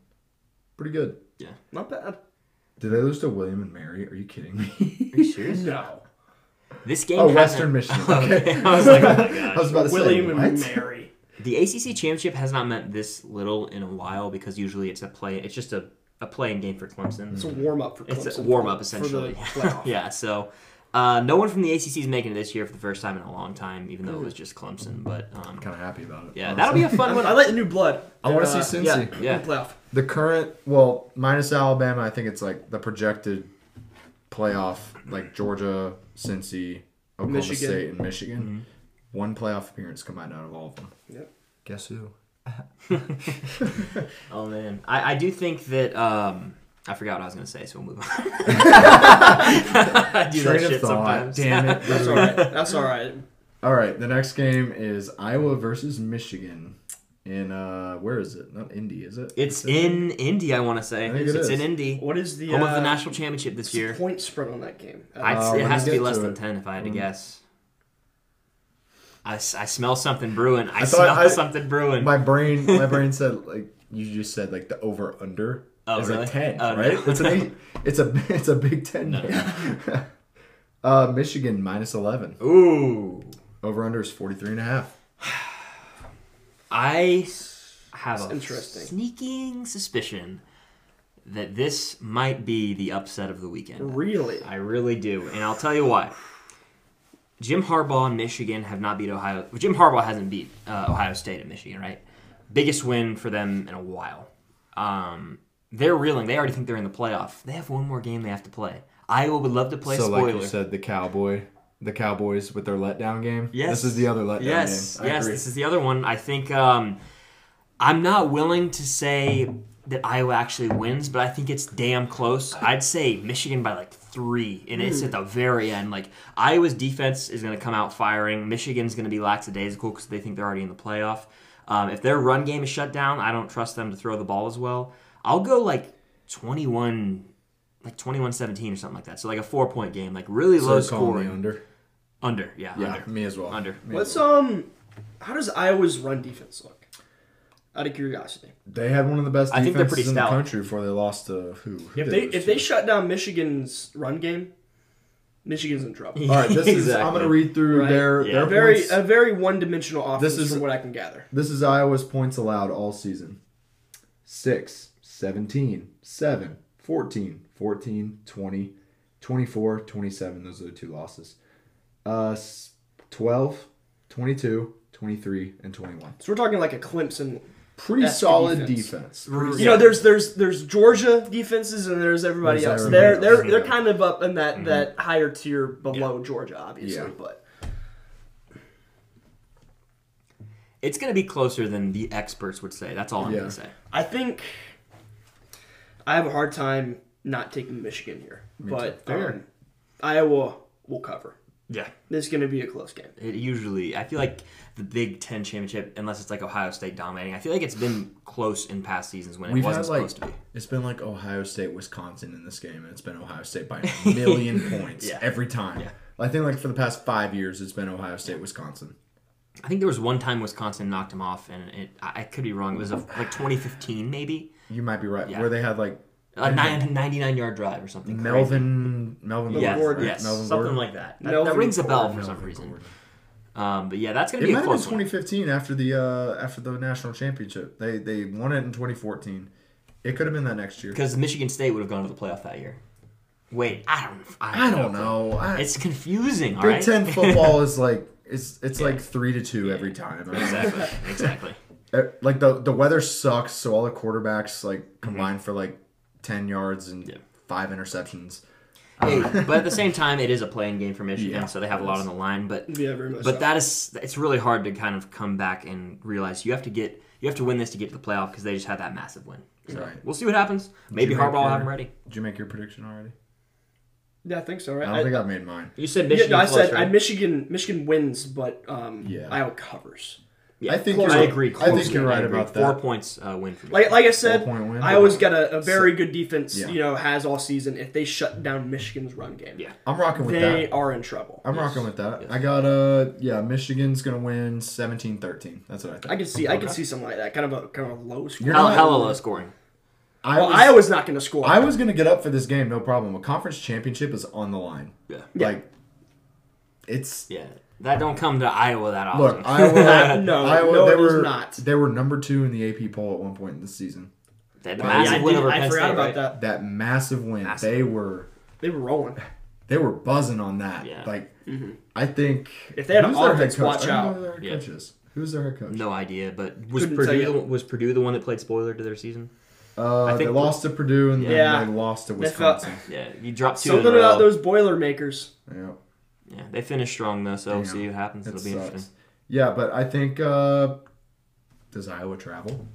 Pretty good.
Yeah.
Not bad.
Did they lose to William and Mary? Are you kidding me?
Are you serious?
No.
This game.
oh,
hasn't-
Western Michigan. Okay.
I was like, oh my
I
god.
was about to
William
say,
and
what?
Mary.
The ACC championship has not meant this little in a while because usually it's a play. It's just a, a playing game for Clemson.
It's a warm up for Clemson.
It's a warm up
for the
essentially.
playoff.
yeah. So. Uh, no one from the ACC is making it this year for the first time in a long time, even though it was
Hmm.
just Clemson. But um,
kind of happy about it.
yeah, that'll be a fun
I,
one.
I like the new blood.
I want
Uh,
to see
yeah,
Cincy.
yeah.
Playoff.
The current, well, minus Alabama, I think it's like the projected playoff, like Georgia, Cincy, Oklahoma
Michigan.
State, and Michigan. One playoff appearance combined out of all of them.
Yep.
Guess who?
Oh man, I, I do think that um, I forgot what I was gonna say, so we'll move on. I do that
Train of
shit
thought.
sometimes.
Damn it.
That's all right. That's all right.
all right, the next game is Iowa versus Michigan. In uh, where is it? Not Indy, is it?
It's
Is it-
in Indy, I want to say.
I think
it's
it is.
in Indy,
What is the
home of
uh,
the national championship this year.
point spread on that game? Uh,
I'd,
Uh,
it
when
has
we
to be
get
less
to
than
it. Hmm.
ten if I had to guess. I, s- I smell something brewing. I,
thought
smell
I-
something brewing.
My brain, my brain said like you just said like the over under.
Oh,
is
really?
like ten,
Oh, no.
right? It's an eight, it's a it's a Big Ten game. uh, Michigan minus eleven.
Ooh,
Over under is 43 and a half.
I s- have a
interesting.
sneaking suspicion that this might be the upset of the weekend.
really?
I really do, and I'll tell you why. Jim Harbaugh and Michigan have not beat Ohio. Jim Harbaugh hasn't beat uh, Ohio State at Michigan, right? Biggest win for them in a while. Um, they're reeling. They already think they're in the playoff. They have one more game they have to play. Iowa would love to play.
so
spoiler.
like you said, the Cowboy, the Cowboys with their letdown game.
Yes.
This is the other letdown
yes,
game. I
yes,
agree.
this is the other one. I think um, I'm not willing to say that Iowa actually wins, but I think it's damn close. I'd say Michigan by like three, and it's at the very end. Like Iowa's defense is going to come out firing. Michigan's going to be lackadaisical because they think they're already in the playoff. Um, if their run game is shut down, I don't trust them to throw the ball as well. I'll go like 21, like 21-17 or something like that. So like a four point game, like really
So
low
you're calling the
scoring.
under.
Under, yeah,
Yeah,
under.
me as well.
Under.
Me as
What's
well.
um? How does Iowa's run defense look? Out of curiosity,
They had one of the best
I
defenses
think they're pretty
in
stout.
the country before they lost to who? who
if
did
they
lose
if
to?
they shut down Michigan's run game, Michigan's in trouble.
All right, this is. I'm
Exactly.
going to read through
Right.
their
Yeah. uh,
their
Very
points.
a very one dimensional offense
This is-
from what I can gather.
This is Iowa's points allowed all season. 6, 17, 7, 14, 14, 20,
24, 27. Those are the two losses. Uh, s- 12, 22, 23, and 21.
So we're talking like a Clemson.
Pretty
That's the
solid
defense.
defense.
You know, there's there's there's Georgia defenses and there's everybody else.
There's everybody
they're
else,
they're they're
yeah.
kind of up in that that higher tier below Georgia, obviously.
Yeah.
But
It's going to be closer than the experts would say. That's all I'm
Yeah.
going to say.
I think I have a hard time not taking Michigan here, but
Fair.
um, Iowa will cover.
Yeah.
This is going to be a close game.
It usually, I feel like the Big Ten championship, unless it's like Ohio State dominating, I feel like it's been close in past seasons when it
We've
wasn't
had like
supposed to be.
it's been like Ohio State, Wisconsin in this game, and it's been Ohio State by a million points
Yeah.
every time.
Yeah.
I think like for the past five years, it's been Ohio State, Wisconsin.
I think there was one time Wisconsin knocked him off, and it, I I could be wrong. It was a, like 2015, maybe
You might be right.
Yeah.
Where they had like
a nine- 99 yard drive or something. crazy.
Melvin, Melvin
yes,
Gordon, right?
yes,
Melvin
something
Gordon.
like that. That,
Melvin
that rings a bell
Gordon,
for some
Melvin
reason.
Gordon.
Um, but yeah, that's gonna
It
be
might
a
have been
close one.
2015 after the uh, after the national championship. They they won it in 2014. It could have been that next year.
because Michigan State would have gone to the playoff that year. Wait, I don't.
I don't know. I,
It's confusing. all
Big
right?
Ten football is like it's it's like three to two every time. I mean,
exactly. Exactly.
Uh, like the the weather sucks, so all the quarterbacks like combined for like ten yards and
Mm-hmm. Yeah.
five interceptions.
Hey, but at the same time, it is a playing game for Michigan,
Yeah.
so they have a lot on the line. But
Yeah, very much. so.
But that is it's really hard to kind of come back and realize you have to get you have to win this to get to the playoff because they just had that massive win. So
Right.
we'll see what happens. Maybe
you make
Harbaugh will have
your-
him ready.
Did you make your prediction already?
yeah, I think so.
I
Right?
don't
I-
think I've made mine.
You said
yeah,
Michigan.
no, I
close,
said I,
right?
Michigan Michigan wins, but um,
Yeah.
Iowa covers.
Yeah.
I think
Close.
you're-
I agree.
I think
close.
you're right
I agree.
about
Four
that.
points uh, win for me.
Like like I said,
Four-point win.
Iowa's got a, a very good defense.
Yeah.
You know, has all season. If they shut down Michigan's run game,
Yeah.
I'm rocking with
they
that.
are in trouble.
I'm rocking with that. I got uh yeah, Michigan's gonna win 17-13. That's what I think.
I can see I can see something like that. Kind of a kind of a low score.
You're
Hell,
not-
hella low scoring.
I
well,
was,
Iowa's not going to score.
I was gonna get up for this game, no problem. A conference championship is on the line.
Yeah.
Like it's
Yeah. That don't come to Iowa that often.
Look, Iowa,
No,
Iowa,
no,
they
it is
were
not.
They were number two in the AP poll at one point in the season.
They had the
Yeah,
massive
I,
win
did-
over
I
Penn
forgot
State,
about
right?
that.
That massive win,
Massive.
they were
They were rolling.
they were buzzing on that.
Yeah.
Like, I think
Mm-hmm. If they had an
who's their head
offense,
coach?
watch
I don't know
out.
who their head
Yeah.
coach is. Who's their head coach?
No idea, but was
Couldn't
Purdue
tell
the,
you.
was Purdue the one that played spoiler to their season?
Uh,
I
they
think-
lost to Purdue and
Yeah.
then they lost to
They felt-
Wisconsin.
Yeah, you dropped two.
Something
in a row.
about those Boilermakers.
yeah,
Yeah, they finished strong though, so we'll
Damn.
see what happens.
it
It'll be
sucks.
interesting.
Yeah, but I think uh, does Iowa travel?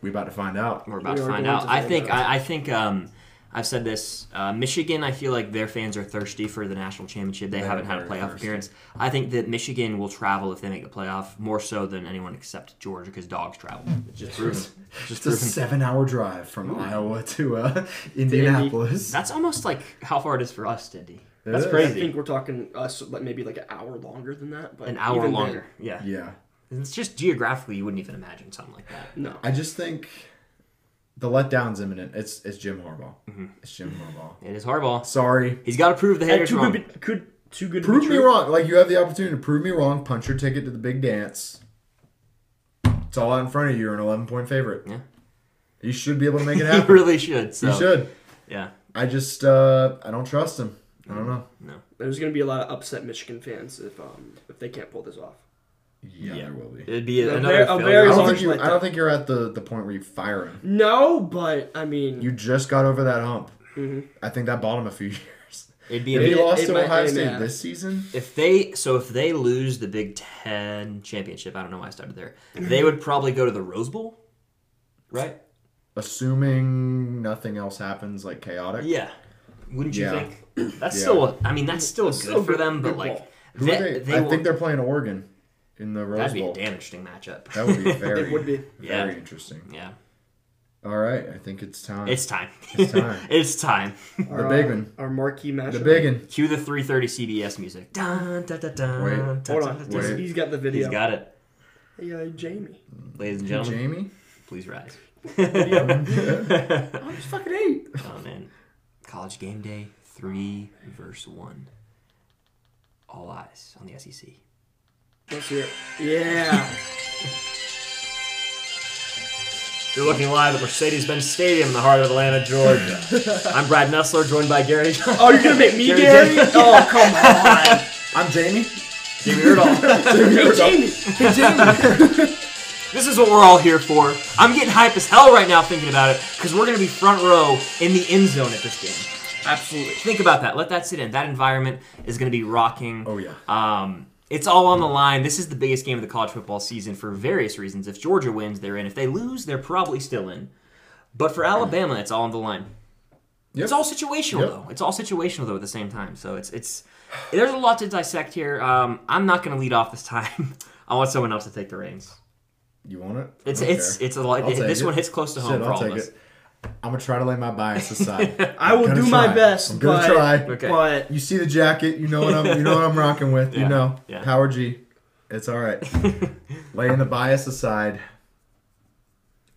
We about to find out.
We're about
We
to
are
find
going
out.
to
I
find
think.
out.
I, I think. Um, I've said this. Uh, Michigan. I feel like their fans are thirsty for the national championship. They,
They
haven't
are
had a
very
playoff
thirsty.
appearance. I think that Michigan will travel if they make the playoff more so than anyone except Georgia because dogs travel. It's just proven. It's just
It's a
proven.
seven-hour drive from Iowa to uh, Indianapolis.
That's almost like how far it is for us, Dindy.
It
That's
is.
I
crazy.
think we're talking us, but maybe like an hour longer than that. But
An hour
even
longer. Yeah.
yeah.
It's just geographically, you wouldn't even imagine something like that.
then, no.
I just think the letdown's imminent. It's it's Jim Harbaugh.
Mm-hmm.
It's Jim Harbaugh.
It is Harbaugh.
Sorry.
He's got to prove the
And
haters
too
wrong.
good. be- could too good. to be
Prove me
true.
wrong. Like you have the opportunity to prove me wrong. Punch your ticket to the big dance. It's all out in front of you. You're an 11 point favorite.
Yeah.
You should be able to make it
he
happen.
really should. So.
You should.
Yeah.
I just uh I don't trust him. I don't know.
No.
There's going to be a lot of upset Michigan fans if um if they can't pull this off.
Yeah, there will be.
It'd be
A
another
ver- a
failure.
I
very
don't,
large
think you, I
letdown.
don't think you're at the, the point where you fire him.
No, but I mean,
You just got over that hump. I think that bought him a few years.
It'd be
If he
It-
lost
it
to
might-
Ohio
it
State
may-
this season,
if they so if they lose the Big Ten championship. I don't know why I started there. They would probably go to the Rose Bowl, right?
assuming nothing else happens like chaotic.
Yeah. Wouldn't you
Yeah.
think? That's
Yeah.
still. A, I mean, that's still good
still
for
good-
them, but
good
like
ball.
Who
they,
are they?
they
I
will-
think they're playing Oregon in the Rose
that'd be a
Bowl.
damn interesting matchup.
That would be very,
it would be.
Yeah.
very interesting.
yeah,
All right, I think it's time.
it's time.
It's time.
it's time.
Our,
the big
uh,
one.
Our marquee matchup.
The big one.
Cue the 3:30 CBS music. Dun, dun, dun, dun,
Wait,
dun,
Hold
dun,
on.
dun,
he's-
dun.
Wait.
He's got the video.
He's got it,
Hey, uh, Jamie.
ladies and gentlemen.
Jamie.
Please rise.
I'm just fucking eight.
Oh man. College game day, three verse one. All eyes on the E SEC.
Let's hear it. Yeah.
You're looking live at Mercedes-Benz Stadium in the heart of Atlanta, Georgia. I'm Brad Nessler, joined by Gary
Oh, you're gonna make me
Gary
Gary? Oh, come on.
I'm Jamie.
Jamie Rudolph.
hey, Jamie. Hey, Jamie.
This is what we're all here for. I'm getting hype as hell right now thinking about it because we're going to be front row in the end zone at this game.
Absolutely.
Think about that. Let that sit in. That environment is going to be rocking.
Oh, yeah.
Um, it's all on the line. This is the biggest game of the college football season for various reasons. If Georgia wins, they're in. If they lose, they're probably still in. But for Alabama, it's all on the line.
Yep.
It's all situational
Yep.
though. It's all situational though at the same time. So it's it's there's a lot to dissect here. Um, I'm not going to lead off this time. I want someone else to take the reins.
You want it?
It's
I don't
it's
care.
it's a lot.
I'll take
This
it.
one hits close to home
Shit,
for
I'll
all of
take
us.
it. I'm gonna try to lay my bias aside.
I will
Gonna
do my
try.
best.
I'm gonna
but,
try.
Okay.
But
You see the jacket, you know what I'm you know what I'm rocking with.
Yeah,
You know.
yeah.
Power G. It's alright. Laying the bias aside.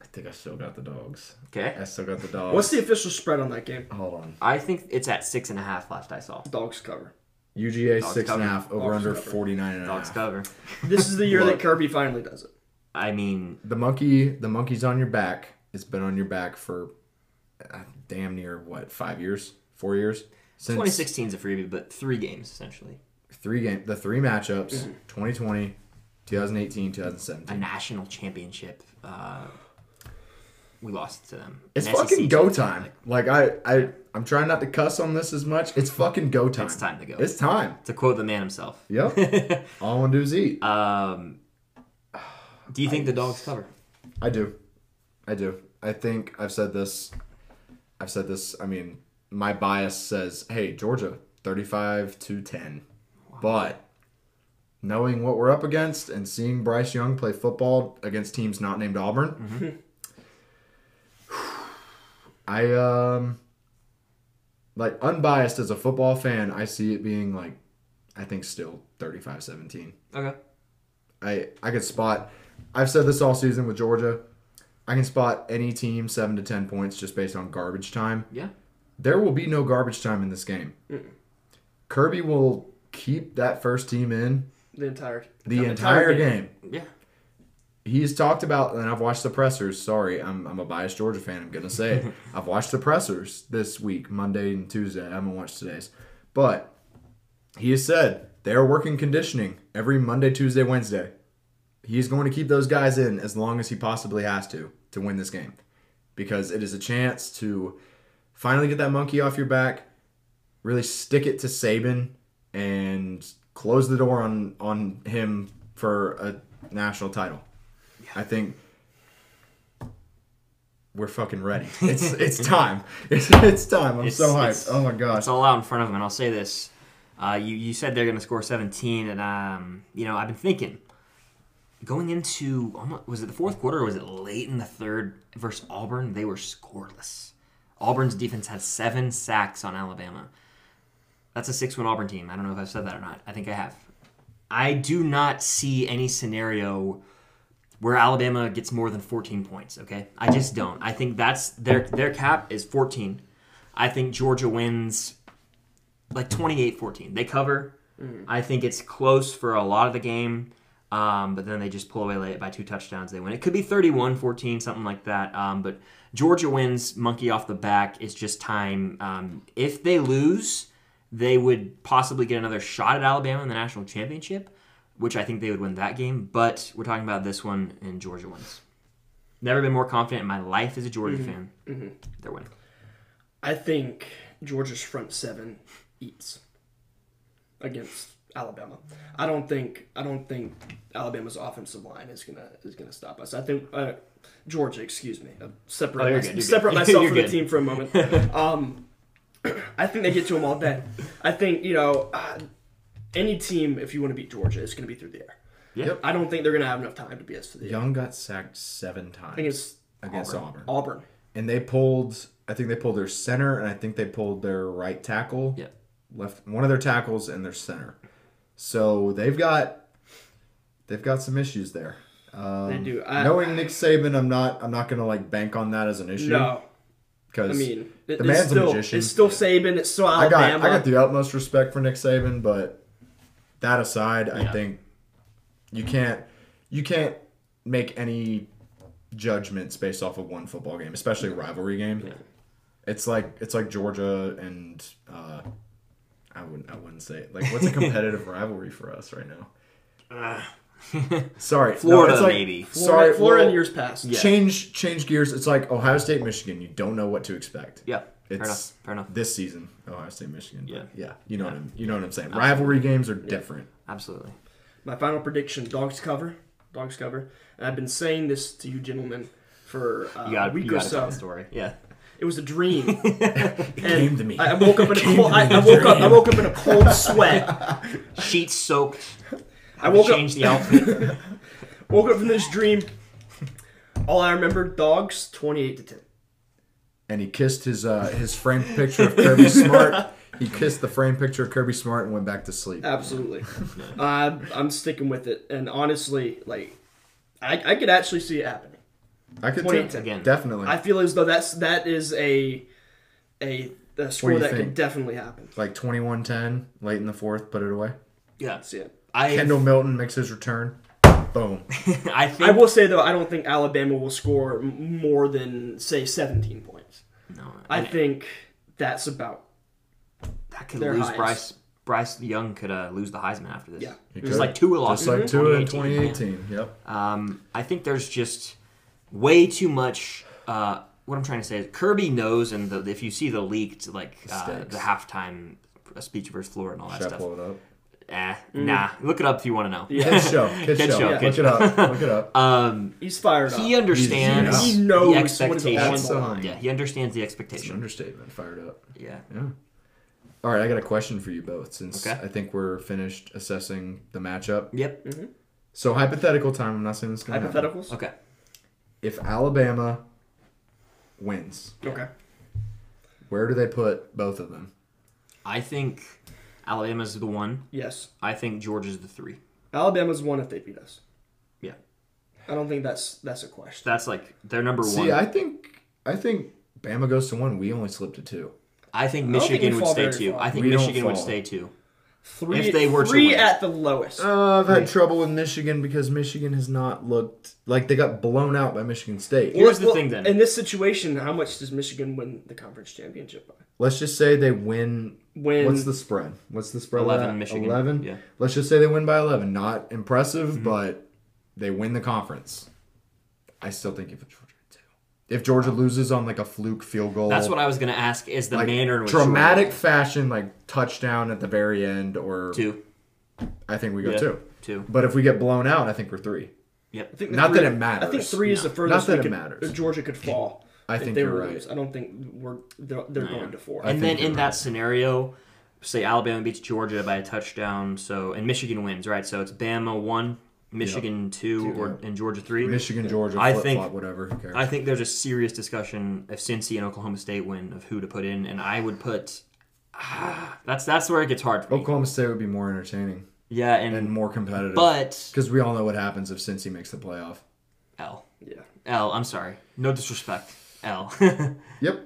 I think I still got the dogs.
Okay.
I still got the dogs.
what's the official spread on that game?
hold on?
I think it's at six and a half last I saw.
Dogs cover.
UGA
Dogs
six and a
cover.
half, over under
cover.
49 and a
Dogs
half.
cover.
This is the year that
Look.
Kirby finally does it.
I mean,
The monkey the monkey's on your back. It's been on your back for uh, damn near what, five years? Four years? Since
2016 is a freebie, but three games essentially.
three game the three matchups
Mm-hmm.
2020 2018 2017
A national championship. Uh, we lost to them.
It's
An SEC
fucking go
team.
time. Like I, I, I'm trying not to cuss on this as much. It's fucking go time.
It's time to go.
It's time.
To quote the man himself.
Yep. All I want to do is eat.
Um, do you think the dogs cover?
I do. I do. I think I've said this. I've said this. I mean, my bias says, "Hey, Georgia, 35 to 10." But knowing what we're up against and seeing Bryce Young play football against teams not named Auburn, I um like unbiased as a football fan, I see it being like I think still 35-17.
Okay.
I I could spot. I've said this all season with Georgia. I can spot any team seven to ten points just based on garbage time.
Yeah.
There will be no garbage time in this game. Kirby will keep that first team in
The entire
the,
the
entire,
entire
game.
Yeah.
He's talked about, and I've watched the pressers. Sorry, I'm, I'm a biased Georgia fan. I'm gonna say it. I've watched the pressers this week, Monday and Tuesday. I haven't watched today's, but he has said they are working conditioning every Monday, Tuesday, Wednesday. He's going to keep those guys in as long as he possibly has to to win this game because it is a chance to finally get that monkey off your back, really stick it to Saban, and close the door on on him for a national title. I think we're fucking ready. It's it's time. It's, it's time. I'm
It's-
so hyped.
it's-
oh my gosh.
It's all out in front of them, and I'll say this. Uh, you, you said they're going to score 17, and um, you know I've been thinking, going into almo- was it the fourth quarter or was it late in the third versus Auburn? They were scoreless. Auburn's defense had seven sacks on Alabama. That's a six-win Auburn team. I don't know if I've said that or not. I think I have. I do not see any scenario where Alabama gets more than 14 points. Okay, I just don't. I think that's their their cap is 14. I think Georgia wins like 28-14. They cover. I think it's close for a lot of the game, um, but then they just pull away late by two touchdowns. They win. It could be 31-14, something like that. Um, but Georgia wins. Monkey off the back. It's just time. Um, if they lose, they would possibly get another shot at Alabama in the national championship, which I think they would win that game. But we're talking about this one, and Georgia wins. Never been more confident in my life as a Georgia fan. They're winning.
I think Georgia's front seven eats against Alabama. I don't think I don't think Alabama's offensive line is gonna is gonna stop us. I think uh, Georgia, excuse me, uh, separate
Oh, you're
my-
good, you're good.
separate myself
You're
from
good.
the team for a moment. um, I think they get to them all day. I think you know uh, any team if you want to beat Georgia, it's gonna be through the air.
Yeah.
Yep.
I don't think they're gonna have enough time to beat us through the air.
Young got sacked seven times
Against
against Auburn.
Auburn.
and they pulled. I think they pulled their center, and I think they pulled their right tackle.
Yeah.
left one of their tackles and their center. So they've got they've got some issues there. Um,
They do. I-
knowing Nick Saban, I'm not I'm not gonna like bank on that as an issue.
No, I
because
mean it-
the
it's
man's a
still
magician.
it's still Saban. It's still
I
Alabama.
got I got the utmost respect for Nick Saban, but that aside, I think you can't you can't make any judgments based off of one football game, especially a rivalry game. It's like it's like Georgia and uh, I wouldn't I wouldn't say it. like what's a competitive rivalry for us right now. Sorry, no,
Florida,
it's like-
maybe.
Florida,
Sorry,
Florida in
well,
years past.
Yeah.
Change change gears. It's like Ohio State, Michigan. You don't know what to expect.
Yeah, fair enough.
It's
Fair enough.
this season, Ohio State, Michigan. but
Yeah.
yeah. You know what I'm, you know what I'm saying. Rivalry games are different.
Absolutely.
My final prediction: dogs cover, dogs cover. And I've been saying this to you gentlemen for uh,
You got
a
you
week or
got to tell
so.
the story. Yeah.
It was a dream. and
came to me.
I I woke up in a cold. I, I woke up. I woke up in a cold sweat.
Sheets soaked.
I woke up.
Change the outfit.
Woke up from this dream. All I remember: dogs, twenty-eight to ten.
And he kissed his uh, his framed picture of Kirby Smart. He kissed the framed picture of Kirby Smart and went back to sleep.
Absolutely. uh, I'm sticking with it. And honestly, like, I, I could actually see it happening.
I could
28
tell-
again.
definitely.
I feel as though that's that is a a, a score
you
that could
think?
definitely happen.
like 21-10, late in the fourth, put it away.
Yeah.
See it.
I
Kendall Milton makes his return. Boom.
I think
I will say though, I don't think Alabama will score m- more than say 17 points.
no,
I
and
think that's about
that could
they're
lose
highest.
Bryce. Bryce Young could uh, lose the Heisman after this.
Yeah.
He
There's
could.
like two losses.
Just like two in
2018, yeah.
2018. Yep.
Um, I think there's just way too much. Uh, what I'm trying to say is Kirby knows, and the, if you see the leaked like uh,
Stakes.
the halftime speech versus Florida and all that
Should I
stuff.
pull it up?
Eh,
Mm.
Nah, look it up if you want to know.
Kids show. Kids,
Kids
show.
show,
Look
kids
it up. Look it up.
Um,
he's fired up.
he understands.
He
knows
the
what is
expectation.
on the line.
Yeah, he understands the
It's an
expectation.
understatement. Fired up.
Yeah.
All right, I got a question for you both since
Okay.
I think we're finished assessing the matchup.
Yep.
So hypothetical time. I'm not saying this. is gonna happen.
Hypotheticals.
Okay.
If Alabama wins,
Okay.
where do they put both of them?
I think Alabama's the one.
Yes.
I think Georgia's the three.
Alabama's one if they beat us.
Yeah.
I don't think that's that's a question.
That's like their number one.
See, I think I think Bama goes to one. We only slipped to two.
I think
don't think
Michigan
we
would
fall
stay
very
two.
far.
I think
We don't
Michigan would
fall.
stay two.
Three,
If they were to
three
win.
at the lowest.
Uh, I've had trouble with Michigan because Michigan has not looked like they got blown out by Michigan State.
Here's the thing, then.
In this situation, how much does Michigan win the conference championship by?
Let's just say they win.
When
What's the spread? What's the spread? of
11
that?
Michigan.
Eleven.
Yeah. Mm-hmm.
Let's just say they win by eleven. Not impressive, but they win the conference. I still think if Georgia too. If Georgia loses on like a fluke field goal,
That's what I was gonna ask. Is the
like
manner in which
dramatic fashion, like touchdown at the very end, or
Georgia- two,
I think we go
Yeah.
two.
two.
But if we get blown out, I think we're three.
Yep.
I think
Not
three-
that it matters.
I think three is the furthest
Not that
we
it
could,
matters.
Georgia could fall.
I
if
think
they
you're
were to
right.
lose. I don't think we're they're, they're going to four.
and
think
then
you're
in that scenario, say Alabama beats Georgia by a touchdown, so and Michigan wins, right? So it's Bama one, Michigan two, or and Georgia three.
Michigan, Georgia,
I
flip flop,
think-
whatever. Who cares?
I think there's a serious discussion if Cincy and Oklahoma State win of who to put in, and I would put. Ah, that's that's where it gets hard for me.
Oklahoma State would be more entertaining
Yeah, and,
and more competitive.
but
because we all know what happens if Cincy makes the playoff.
L
yeah,
L. I'm sorry, no disrespect. L.
Yep,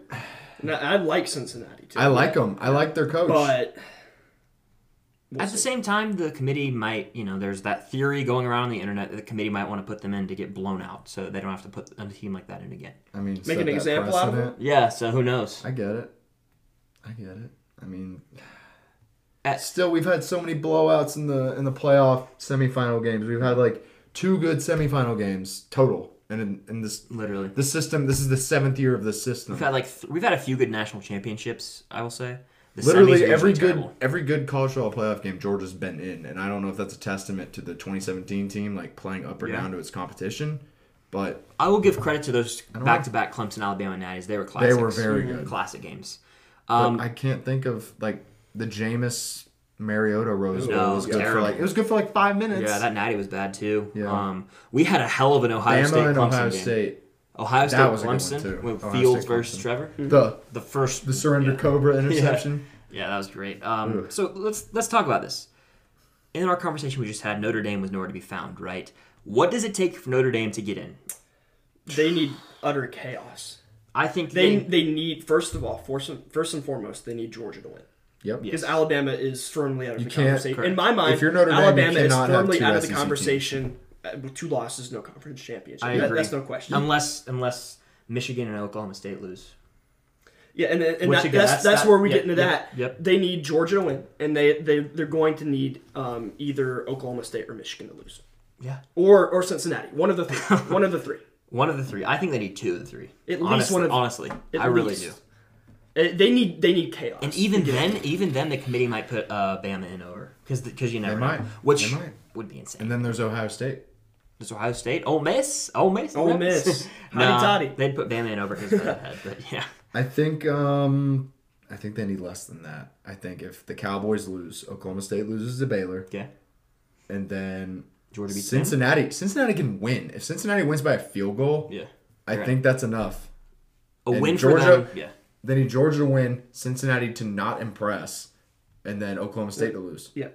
and I, I like Cincinnati too.
I like them. I like their coach.
but
At the same time, the committee might, you know, there's that theory going around on the internet that the committee might want to put them in to get blown out, so they don't have to put a team like that in again.
I mean,
Make
set
an
that
example out of
precedent.
Yeah, so who knows?
I get it. I get it. I mean,
At-
still, we've had so many blowouts in the in the playoff semifinal games. We've had like two good semifinal games total, and in, in this
Literally,
the system, this is the seventh year of the system.
we've had like th- we've had a few good national championships. I will say, the semis
Literally
are
every
usually
good
terrible.
every good college football playoff game Georgia's been in, and I don't know if that's a testament to the 2017 team like playing up or
Yeah.
down to its competition, but
I will give credit to those
know.
back-to-back Clemson, Alabama Natties. They were classics.
They were very
Mm-hmm.
good.
classic games.
but
Um,
I can't think of like the Jameis Mariota Rose Bowl
No,
was good for
terrible.
like it was good for like five minutes.
yeah, that Natty was bad too.
Yeah.
Um, we had a hell of an Ohio
Bama
State
and
Clemson
Ohio
game.
State,
Ohio State
was a good one, too.
Clemson with
Ohio
Fields
State,
versus
Clemson.
Trevor.
the
The first
the surrender Cobra interception.
Yeah, that was great. Um, so let's let's talk about this. In our conversation we just had, Notre Dame was nowhere to be found, right? What does it take for Notre Dame to get in?
they need utter chaos.
I think
They
they,
they need first of all, first and, first and foremost, they need Georgia to win
Yep.
because Alabama is firmly out of the
can't-
conversation.
correct.
In my mind,
If you're Notre Dame, you
Alabama is
cannot have
firmly
two
out of the
SEC teams.
conversation uh, with two losses, no conference championship.
I
That-
agree.
that's no question.
Unless unless Michigan and Oklahoma State lose.
yeah, and, and
Which
that,
again,
that's,
that's-
that's
that-
where we
yep,
get into
yep,
that.
yep.
They need Georgia to win, and they they they're going to need um, either Oklahoma State or Michigan to lose,
Yeah.
or or Cincinnati. One of the three. one of the three.
One of the three. I think they need two of the three.
At least
honestly,
one of-
honestly.
At
I really do.
least. Uh, They need they need chaos.
And e- even then, even then, the committee might put uh, Bama in over because because you never know.
might.
Which
They might.
would be insane.
And then there's Ohio State.
Does Ohio State? Ole Miss? Ole Miss?
Ole Miss. Hotty
nah,
toddy.
They'd put Bama in over his head, but yeah.
I think um I think they need less than that. I think if the Cowboys lose, Oklahoma State loses to Baylor,
Okay.
and then
Georgia beats them?
Cincinnati. Cincinnati can win. If Cincinnati wins by a field goal,
Yeah.
I
Right.
think that's enough.
A
And
win for
Georgia-
them. Yeah.
They need Georgia to win, Cincinnati to not impress, and then Oklahoma State to lose.
yeah,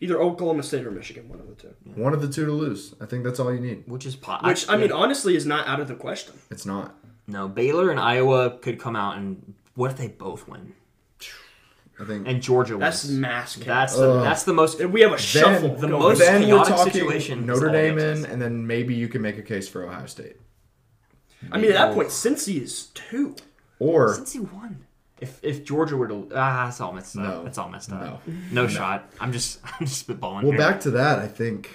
either Oklahoma State or Michigan. One of the two.
One of the two to lose. I think that's all you need.
Which is pot.
Which I mean, honestly, is not out of the question.
It's not.
no. Baylor and Iowa could come out and what if they both win
I think
and Georgia
That's
wins?
mass chaos.
That's the, that's the most.
And we have a shuffle.
the
going.
most-
then we're
chaotic
talking
situation is
Notre
all the
Dame in,
upsets.
and then maybe you can make a case for Ohio State.
I mean, at that point, Cincy is two.
Or
Since he won. If, if Georgia were to ah, that's all messed up.
No.
That's all messed
No.
up. No, shot. I'm just I'm just spitballing.
well,
here.
back to that. I think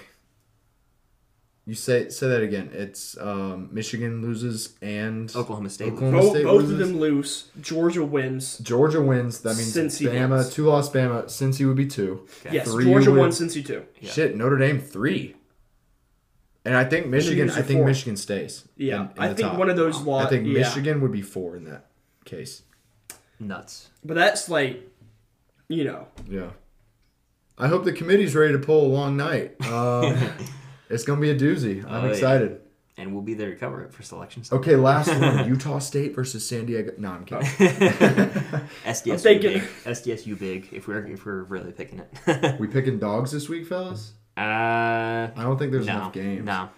you say say that again. It's um, Michigan loses and
Oklahoma State.
Oklahoma
Both,
State
both of
loses.
them lose. Georgia wins.
Georgia wins. That means
Cincy
Bama
wins.
two loss Bama. Cincy would be two.
Yes,
Three
Georgia
win-
won. Cincy two.
Shit, Notre Dame three. And I think Michigan.
these are
I think
four.
Michigen stays.
Yeah,
in- in
I
the
think
top.
one of those lost.
I think
yeah.
Michigan would be four in that case.
Nuts.
but that's like, you know,
Yeah. I hope the committee's ready to pull a long night. Um, it's gonna be a doozy.
Oh,
I'm
yeah.
excited.
And we'll be there to cover it for selection.
Okay, last one: Utah State versus San Diego. No, I'm kidding.
SDSU
thinking-
big. SDSU big. If we're if we're really picking it.
we picking dogs this week, fellas?
uh,
I don't think there's
no,
enough games.
no.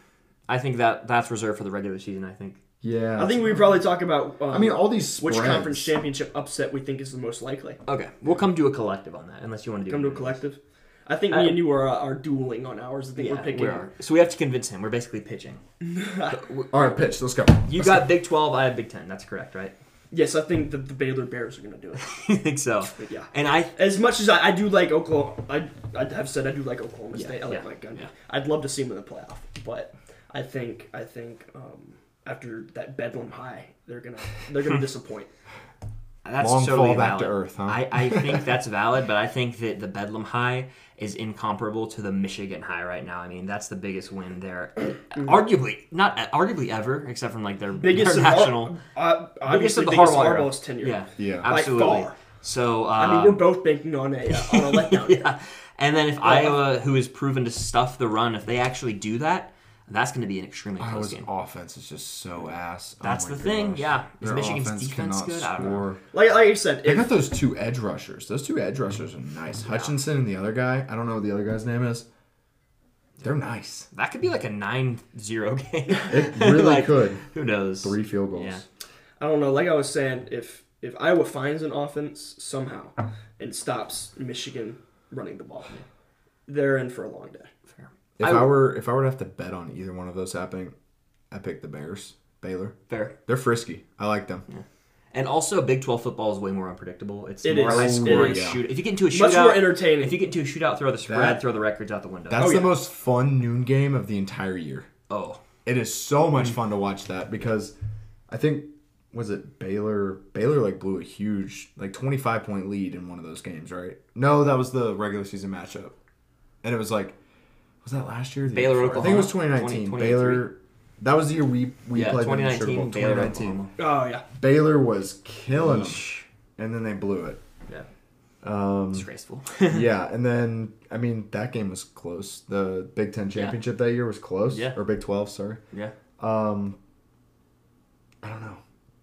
I think that that's reserved for the regular season. I think.
Yeah.
I think we probably talk about. Um,
I mean, all these
which
spreads.
conference championship upset we think is the most likely.
Okay, we'll come to a collective on that, unless you want to do.
Come to a collective. I think me and you are, uh, are dueling on ours. I think
Yeah,
we're picking.
we are. So we have to convince him. We're basically pitching.
All right, pitch. Let's go.
You
Let's
got Big Twelve. I have Big Ten. That's correct, right?
Yes, I think the, the Baylor Bears are going to do it.
I think so.
But yeah.
And I
As much as I, I do like Oklahoma, I, I have said I do like Oklahoma State. I like
yeah,
Mike Gundy.
yeah.
I'd love to see him in the playoff, but I think I think um, after that Bedlam High, they're gonna they're gonna disappoint.
that's
Long
totally
fall back
valid.
to earth, huh?
I, I think that's valid, but I think that the Bedlam High is incomparable to the Michigan High right now. I mean, that's the biggest win there, arguably not arguably ever, except from like their
Mm-hmm. Biggest
their
of all-
national.
Uh,
biggest
obviously,
of the
biggest
Harbaugh era.
Harbaugh's tenure.
Yeah,
Yeah. By
absolutely.
far.
So um,
I mean, we're both banking on a uh, on a letdown.
yeah. And then if Iowa, who is proven to stuff the run, if they actually do that, that's going to be an extremely close
Iowa's
game.
offense is just so ass. Oh
That's
my
the thing, yeah. Is
Their
Michigan's
offense
defense
cannot
good? I don't know.
score.
Like like I said,
They
if,
got those two edge rushers. Those two edge rushers are nice. Hutchinson and the other guy. I don't know what the other guy's name is. They're nice.
That could be like a 9-0 game.
It really
Like,
could.
Who knows?
Three field goals.
Yeah.
I don't know. Like I was saying, if if Iowa finds an offense somehow and stops Michigan running the ball, they're in for a long day.
Fair.
If
I-
I, were if I were to have to bet on either one of those happening, I pick the Bears. Baylor.
Fair.
They're frisky. I like them.
And also, Big 12 football is way more unpredictable. It's
It
more
is.
high scoring
It is.
shoot. If you get into a shootout,
Much more entertaining.
If you get into a shootout, throw the spread,
That-
throw the records out the window.
That's
Oh,
the
yeah.
most fun noon game of the entire year.
oh,
It is so much fun to watch that because I think was it Baylor Baylor like blew a huge like 25 point lead in one of those games, right? No, that was the regular season matchup. And it was like was that last year? or the year
Baylor,
before? I think it was
Oklahoma,
2019.
20-
Baylor that was the year we we
yeah,
played them in the Sugar
2019,
Bowl.
Baylor,
2019.
Oklahoma.
Oh yeah.
Baylor was killing them, and then they blew it.
Yeah.
Um,
Disgraceful.
yeah, and then I mean that game was close. The Big Ten championship that year was close,
Yeah.
or Big Twelve, sorry.
yeah.
Um, I don't know.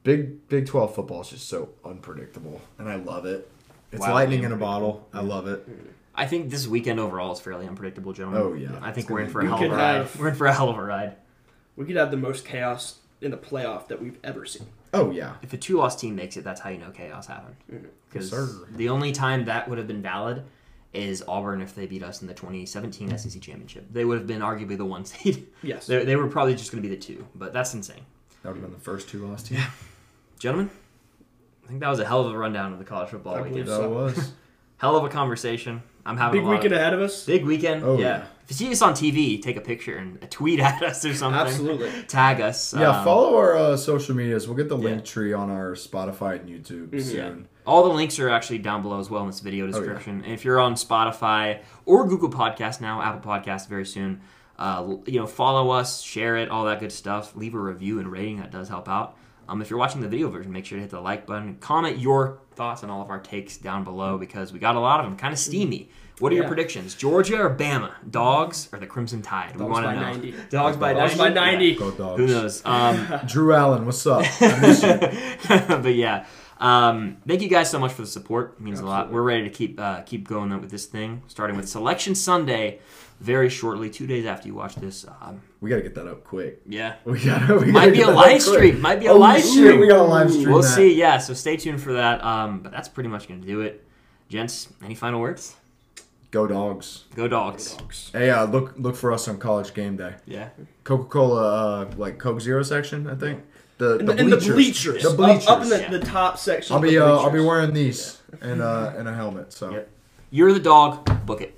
Big Big Twelve football is just so unpredictable, and I love it. It's
Wildly
lightning in a bottle. I love it.
I think this weekend overall is fairly unpredictable, gentlemen.
Oh, yeah.
I think
It's
we're in
gonna
for a
be-
hell
We
of a
could
ride.
have-
We're in for a hell of a ride.
We could have the most chaos in the playoff that we've ever seen.
Oh yeah,
If a
Mm-hmm.
two-loss team makes it, that's how you know chaos happened. Because
Yes, sir.
the only time that would have been valid is Auburn if they beat us in the 2017 SEC E championship. They would have been arguably the one seed.
Yes.
they, they were probably just going to be the two, but that's insane.
That would have been the first two loss team. Yeah.
Gentlemen, I think that was a hell of a rundown of the college football
I
weekend.
believe
That was.
Hell of a conversation. I'm having
Big
a lot
weekend
of,
ahead of us.
big weekend.
Oh,
yeah.
yeah.
If you see us on TV, take a picture and tweet at us or something.
Absolutely.
Tag us.
Yeah,
um,
follow our uh, social medias. We'll get the
Yeah. Mm-hmm.
link tree on our Spotify and YouTube soon.
All the links are actually down below as well in this
Oh,
video description. And If you're on Spotify or Google Podcast now, Apple Podcast very soon, uh, l- you know, follow us, share it, all that good stuff. Leave a review and rating that does help out. Um, if you're watching the video version, make sure to hit the like button. Comment your thoughts on all of our takes down below because we got a lot of them. Kind of steamy. What are your
Yeah.
predictions? Georgia or Bama? Dogs or the Crimson Tide? we
Dogs
want to
by
know.
90.
Dogs by 90.
Dogs by
Yeah.
90.
Go
Who
dogs.
knows? Um,
Drew Allen, what's up?
but yeah, um, thank you guys so much for the support. It means a lot. We're ready to keep uh, keep going with this thing, starting with Selection Sunday very shortly, two days after you watch this. Um,
we gotta get that up quick.
yeah,
We gotta. We
might
gotta
be
get
a
that up
live
quick.
stream. Might be a
Oh,
live
shit,
stream.
We gotta live stream.
We'll
that.
see. Yeah, so stay tuned for that. Um, but that's pretty much gonna do it, gents. Any final words?
Go dogs.
Go dogs.
Hey, uh, look look for us on College Game Day.
Yeah.
Coca Cola, uh, like Coke Zero section, I think. The
In
the,
the, in the
bleachers.
bleachers.
The
Up-
bleachers.
Up, in the,
Yeah.
the top section.
I'll
of the
be uh, I'll be
bleachers.
wearing these and uh and a helmet. So.
Yep. You're the dog. Book it.